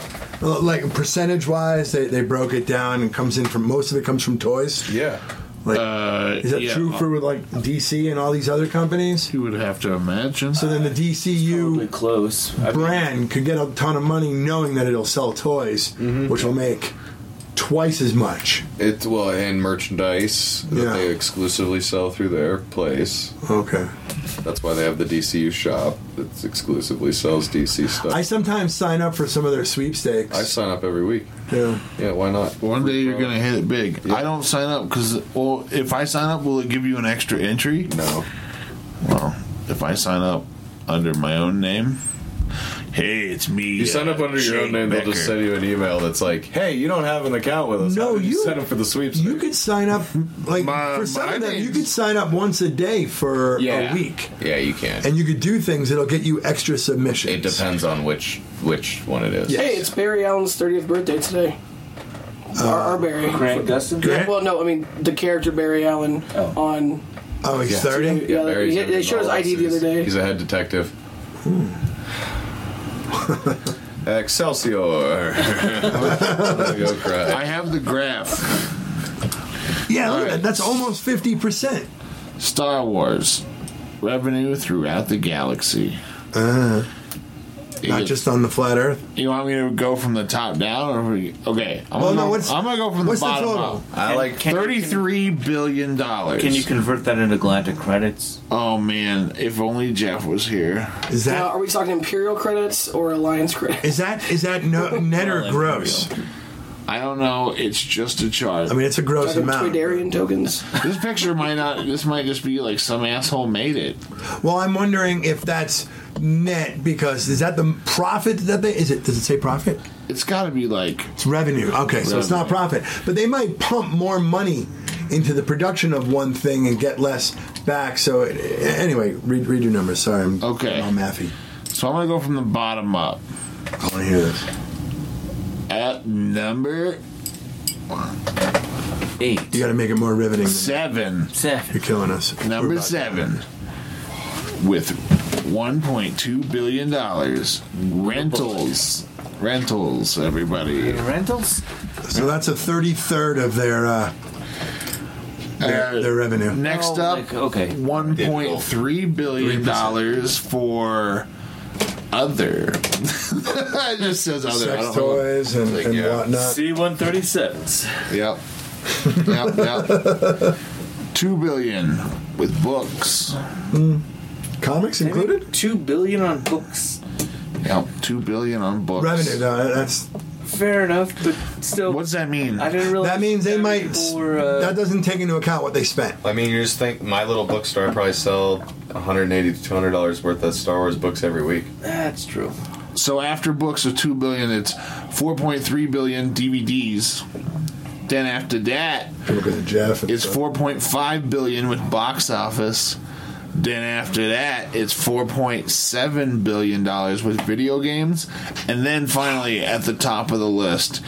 [SPEAKER 5] Well, like percentage wise, they, they broke it down and comes in from most of it comes from toys.
[SPEAKER 7] Yeah.
[SPEAKER 5] Like,
[SPEAKER 10] Uh,
[SPEAKER 5] is that
[SPEAKER 10] yeah.
[SPEAKER 5] true for like DC and all these other companies?
[SPEAKER 10] You would have to imagine.
[SPEAKER 5] So then the DCU
[SPEAKER 14] close
[SPEAKER 5] brand could get a ton of money knowing that it'll sell toys,
[SPEAKER 7] Mm-hmm.
[SPEAKER 5] which will make twice as much.
[SPEAKER 7] It's well, and merchandise that they exclusively sell through their place.
[SPEAKER 5] Okay.
[SPEAKER 7] That's why they have the DCU shop that exclusively sells DC stuff.
[SPEAKER 5] I sometimes sign up for some of their sweepstakes.
[SPEAKER 7] I sign up every week.
[SPEAKER 5] Yeah.
[SPEAKER 7] Yeah, why not?
[SPEAKER 10] One day you're gonna hit it big. I don't sign up because well, if I sign up, will it give you an extra entry?
[SPEAKER 7] No.
[SPEAKER 10] Well, if I sign up under my own name, hey, it's me.
[SPEAKER 7] You sign up under your own name, they'll just send you an email that's like, "Hey, you don't have an account with us. No, you, sign up for the sweeps."
[SPEAKER 5] You could sign up like for some of them. You could sign up once a day for a week,
[SPEAKER 7] Yeah, you can.
[SPEAKER 5] and you could do things that'll get you extra submissions.
[SPEAKER 7] It depends on which which one it is.
[SPEAKER 6] Hey, it's Barry Allen's 30th birthday today. our, our Barry.
[SPEAKER 14] Grant Gustin?
[SPEAKER 6] Yeah, well, no, I mean the character Barry Allen on.
[SPEAKER 5] Oh,
[SPEAKER 7] he's Yeah. 30?
[SPEAKER 6] Yeah,
[SPEAKER 7] Yeah, Barry's
[SPEAKER 6] they, they showed his ID the other day.
[SPEAKER 7] He's a head detective. Hmm. Excelsior! Go cry.
[SPEAKER 10] I have the graph.
[SPEAKER 5] Yeah, look at that. that's almost fifty percent.
[SPEAKER 10] Star Wars revenue throughout the galaxy.
[SPEAKER 5] Uh,
[SPEAKER 10] You
[SPEAKER 5] not
[SPEAKER 10] could-
[SPEAKER 5] just on the flat Earth.
[SPEAKER 10] You want me to go from the top down, or we- okay? I'm
[SPEAKER 5] Well,
[SPEAKER 10] gonna
[SPEAKER 5] no,
[SPEAKER 10] go,
[SPEAKER 5] what's-
[SPEAKER 10] I'm gonna go from
[SPEAKER 5] what's
[SPEAKER 10] the
[SPEAKER 5] the
[SPEAKER 10] bottom
[SPEAKER 5] total?
[SPEAKER 10] up.
[SPEAKER 7] I like
[SPEAKER 10] thirty-three billion dollars.
[SPEAKER 4] Can you convert that into Galactic credits?
[SPEAKER 10] Oh man, if only Jeff was here.
[SPEAKER 5] Is
[SPEAKER 6] Now, Uh, are we talking Imperial credits or Alliance credits?
[SPEAKER 5] Is that is that no, net or gross?
[SPEAKER 10] I don't know. It's just a chart.
[SPEAKER 5] I mean, it's a gross
[SPEAKER 6] Talking
[SPEAKER 5] amount.
[SPEAKER 6] Toydarian tokens.
[SPEAKER 10] This picture might not. This might just be like some asshole made it.
[SPEAKER 5] Well, I'm wondering if that's net because is that the profit that they is it? Does it say profit?
[SPEAKER 10] It's got to be like
[SPEAKER 5] it's revenue. Okay, so it's not profit, but they might pump more money into the production of one thing and get less back. So it, anyway, read, read your numbers. Sorry, I'm
[SPEAKER 10] Okay.
[SPEAKER 5] all mathy.
[SPEAKER 10] So I'm gonna go from the bottom up.
[SPEAKER 5] I want to hear this.
[SPEAKER 10] At number
[SPEAKER 5] You got to make it more riveting.
[SPEAKER 10] seven,
[SPEAKER 5] than- You're killing us. We're
[SPEAKER 10] number
[SPEAKER 5] about-
[SPEAKER 10] seven, with 1.2 billion dollars rentals, rentals, everybody,
[SPEAKER 15] rentals.
[SPEAKER 5] So that's a thirty third of their uh, their,
[SPEAKER 10] Uh,
[SPEAKER 5] their revenue.
[SPEAKER 10] Next up, okay, 1.3 billion dollars for other. it just says other. I
[SPEAKER 5] Sex
[SPEAKER 10] don't know.
[SPEAKER 5] toys and, and whatnot.
[SPEAKER 4] C one thirty sevens.
[SPEAKER 10] Yep. yep, yep. Two billion with books.
[SPEAKER 5] Comics included.
[SPEAKER 4] Two billion on books.
[SPEAKER 10] Yep, two billion on books.
[SPEAKER 5] Revenue. No, that's
[SPEAKER 4] Fair enough, but still.
[SPEAKER 10] What does that mean?
[SPEAKER 4] I didn't realize
[SPEAKER 5] that means they might.
[SPEAKER 10] uh,
[SPEAKER 4] uh,
[SPEAKER 5] that doesn't take into account what they spent.
[SPEAKER 7] I mean, you just think my little bookstore probably sell 180 to 200 dollars worth of Star Wars books every week.
[SPEAKER 4] That's true.
[SPEAKER 10] So after books of two billion, it's 4.3 billion DVDs. Then after that,
[SPEAKER 5] Look at Jeff. and
[SPEAKER 10] it's
[SPEAKER 5] stuff.
[SPEAKER 10] 4.5 billion with box office. Then after that, it's 4.7 billion dollars with video games, and then finally at the top of the list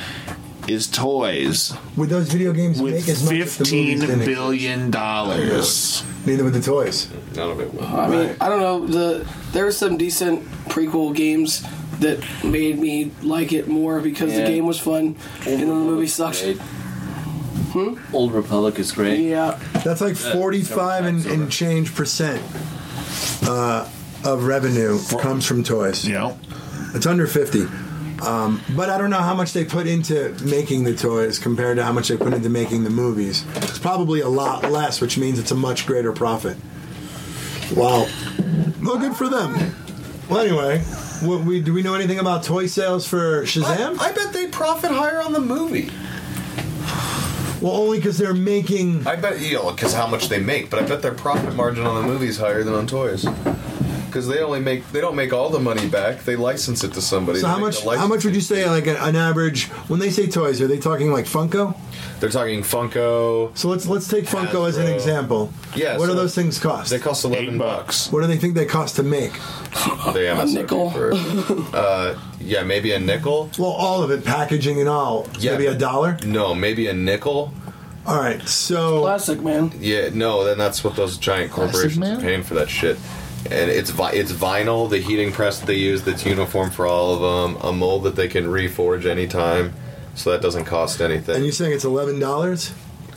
[SPEAKER 10] is toys.
[SPEAKER 5] Would those video games make as much as the movies
[SPEAKER 10] Fifteen
[SPEAKER 5] did?
[SPEAKER 10] billion dollars.
[SPEAKER 5] Neither with the toys.
[SPEAKER 7] None of it will.
[SPEAKER 6] I mean, I don't know. The there were some decent prequel games that made me like it more because
[SPEAKER 14] Yeah.
[SPEAKER 6] the game was fun and then the movie sucked.
[SPEAKER 14] Great. Old Republic is great.
[SPEAKER 6] Yeah.
[SPEAKER 5] That's like
[SPEAKER 14] Uh,
[SPEAKER 5] forty-five and, and change percent uh, of revenue comes from toys.
[SPEAKER 10] Yeah,
[SPEAKER 5] it's under fifty. Um, but I don't know how much they put into making the toys compared to how much they put into making the movies. It's probably a lot less, which means it's a much greater profit. Wow. Well, good for them. Well, anyway, what we do we know anything about toy sales for Shazam?
[SPEAKER 16] I, I bet they profit higher on the movie.
[SPEAKER 5] Well, only because they're making.
[SPEAKER 7] I bet you know because how much they make, but I bet their profit margin on the movie is higher than on toys. Because they only make they don't make all the money back; they license it to somebody.
[SPEAKER 5] So
[SPEAKER 7] They
[SPEAKER 5] how
[SPEAKER 7] make
[SPEAKER 5] much?
[SPEAKER 7] the lic-
[SPEAKER 5] How much would you say like an, an average? When they say toys, are they talking like Funko?
[SPEAKER 7] They're talking Funko.
[SPEAKER 5] So let's let's take Funko as an
[SPEAKER 7] Hasbro.
[SPEAKER 5] example.
[SPEAKER 7] Yeah,
[SPEAKER 5] What
[SPEAKER 7] so
[SPEAKER 5] do those things cost?
[SPEAKER 7] They cost eleven bucks.
[SPEAKER 5] What do they think they cost to make?
[SPEAKER 7] They have a nickel. For, uh, yeah, maybe a nickel.
[SPEAKER 5] Well, all of it, packaging and all.
[SPEAKER 7] Yeah.
[SPEAKER 5] Maybe a dollar.
[SPEAKER 7] No, maybe a nickel.
[SPEAKER 5] All right, so
[SPEAKER 6] classic man.
[SPEAKER 7] Yeah, no, then that's what those giant corporations
[SPEAKER 6] man.
[SPEAKER 7] are paying for that shit. And it's vi- it's vinyl, the heating press that they use that's uniform for all of them, a mold that they can reforge anytime, so that doesn't cost anything.
[SPEAKER 5] And you're saying it's eleven dollars?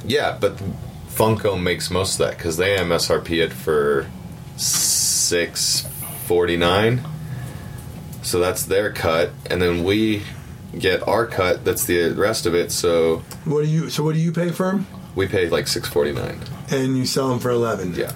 [SPEAKER 7] Yeah, but Funko makes most of that because they MSRP it for six forty nine. So that's their cut, and then we get our cut. That's the rest of it. So
[SPEAKER 5] What do you? So what do you pay for them?
[SPEAKER 7] we pay like six forty nine.
[SPEAKER 5] And you sell them for eleven?
[SPEAKER 7] Yeah.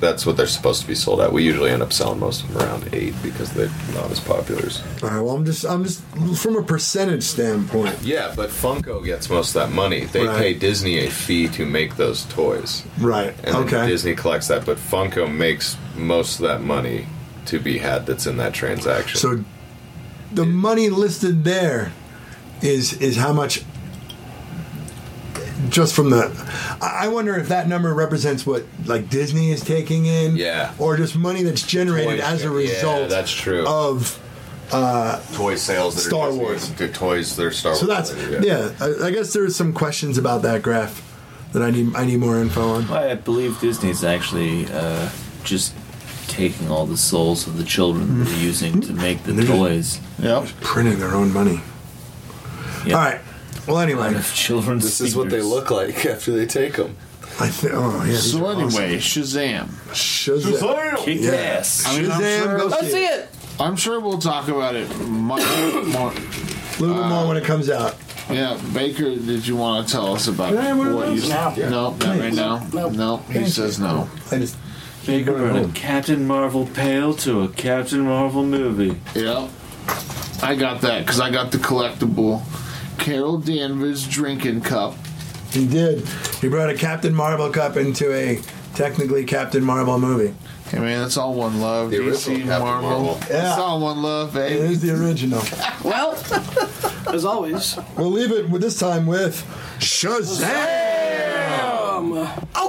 [SPEAKER 7] That's what they're supposed to be sold at. We usually end up selling most of them around eight because they're not as popular. as-
[SPEAKER 5] All right. Well, I'm just I'm just from a percentage standpoint.
[SPEAKER 7] Yeah, but Funko gets most of that money. They
[SPEAKER 5] Right.
[SPEAKER 7] pay Disney a fee to make those toys.
[SPEAKER 5] Right.
[SPEAKER 7] And then
[SPEAKER 5] okay.
[SPEAKER 7] Disney collects that, but Funko makes most of that money to be had that's in that transaction.
[SPEAKER 5] So the money listed there is is how much just from the I I wonder if that number represents what like Disney is taking in
[SPEAKER 7] Yeah.
[SPEAKER 5] or just money that's generated
[SPEAKER 7] Toy
[SPEAKER 5] as a
[SPEAKER 7] share-
[SPEAKER 5] result
[SPEAKER 7] yeah, that's true.
[SPEAKER 5] of uh
[SPEAKER 7] toy sales that
[SPEAKER 5] Star
[SPEAKER 7] are Wars. To toys that are Star
[SPEAKER 5] so
[SPEAKER 7] Wars.
[SPEAKER 5] that's yeah, I, I guess there's some questions about that graph that I need I need more info on.
[SPEAKER 4] I believe Disney's actually uh, just taking all the souls of the children they're using to make the toys.
[SPEAKER 5] Yeah. Printing their own money. All right. Well, anyway,
[SPEAKER 4] children's
[SPEAKER 7] This is what they look like after they take them.
[SPEAKER 5] I think. Oh, yeah. these
[SPEAKER 10] So
[SPEAKER 5] are awesome.
[SPEAKER 10] anyway, Shazam.
[SPEAKER 5] Shazam. Shazam. Kick ass. Shazam, go Let's see see
[SPEAKER 6] it.
[SPEAKER 10] I'm sure we'll talk about it much more.
[SPEAKER 5] A little bit
[SPEAKER 10] Ah.
[SPEAKER 5] more when it comes out.
[SPEAKER 10] Yeah, Baker, did you want to tell us about
[SPEAKER 5] Yeah, what
[SPEAKER 10] what you?
[SPEAKER 5] else? No.
[SPEAKER 10] no, not right now. No, he says no.
[SPEAKER 5] I just
[SPEAKER 17] They go from a Captain Marvel pail to a Captain Marvel movie.
[SPEAKER 10] Yeah. I got that because I got the collectible Carol Danvers drinking cup.
[SPEAKER 5] He did. He brought a Captain Marvel cup into a technically Captain Marvel movie.
[SPEAKER 10] Hey man, that's all one love.
[SPEAKER 7] The
[SPEAKER 10] DC
[SPEAKER 7] original Captain
[SPEAKER 10] Marvel.
[SPEAKER 7] Marvel.
[SPEAKER 5] Yeah.
[SPEAKER 10] It's all one love, eh?
[SPEAKER 5] It
[SPEAKER 10] baby.
[SPEAKER 5] is the original.
[SPEAKER 6] Well, as always.
[SPEAKER 5] We'll leave it with this time with Shazam.
[SPEAKER 6] Um,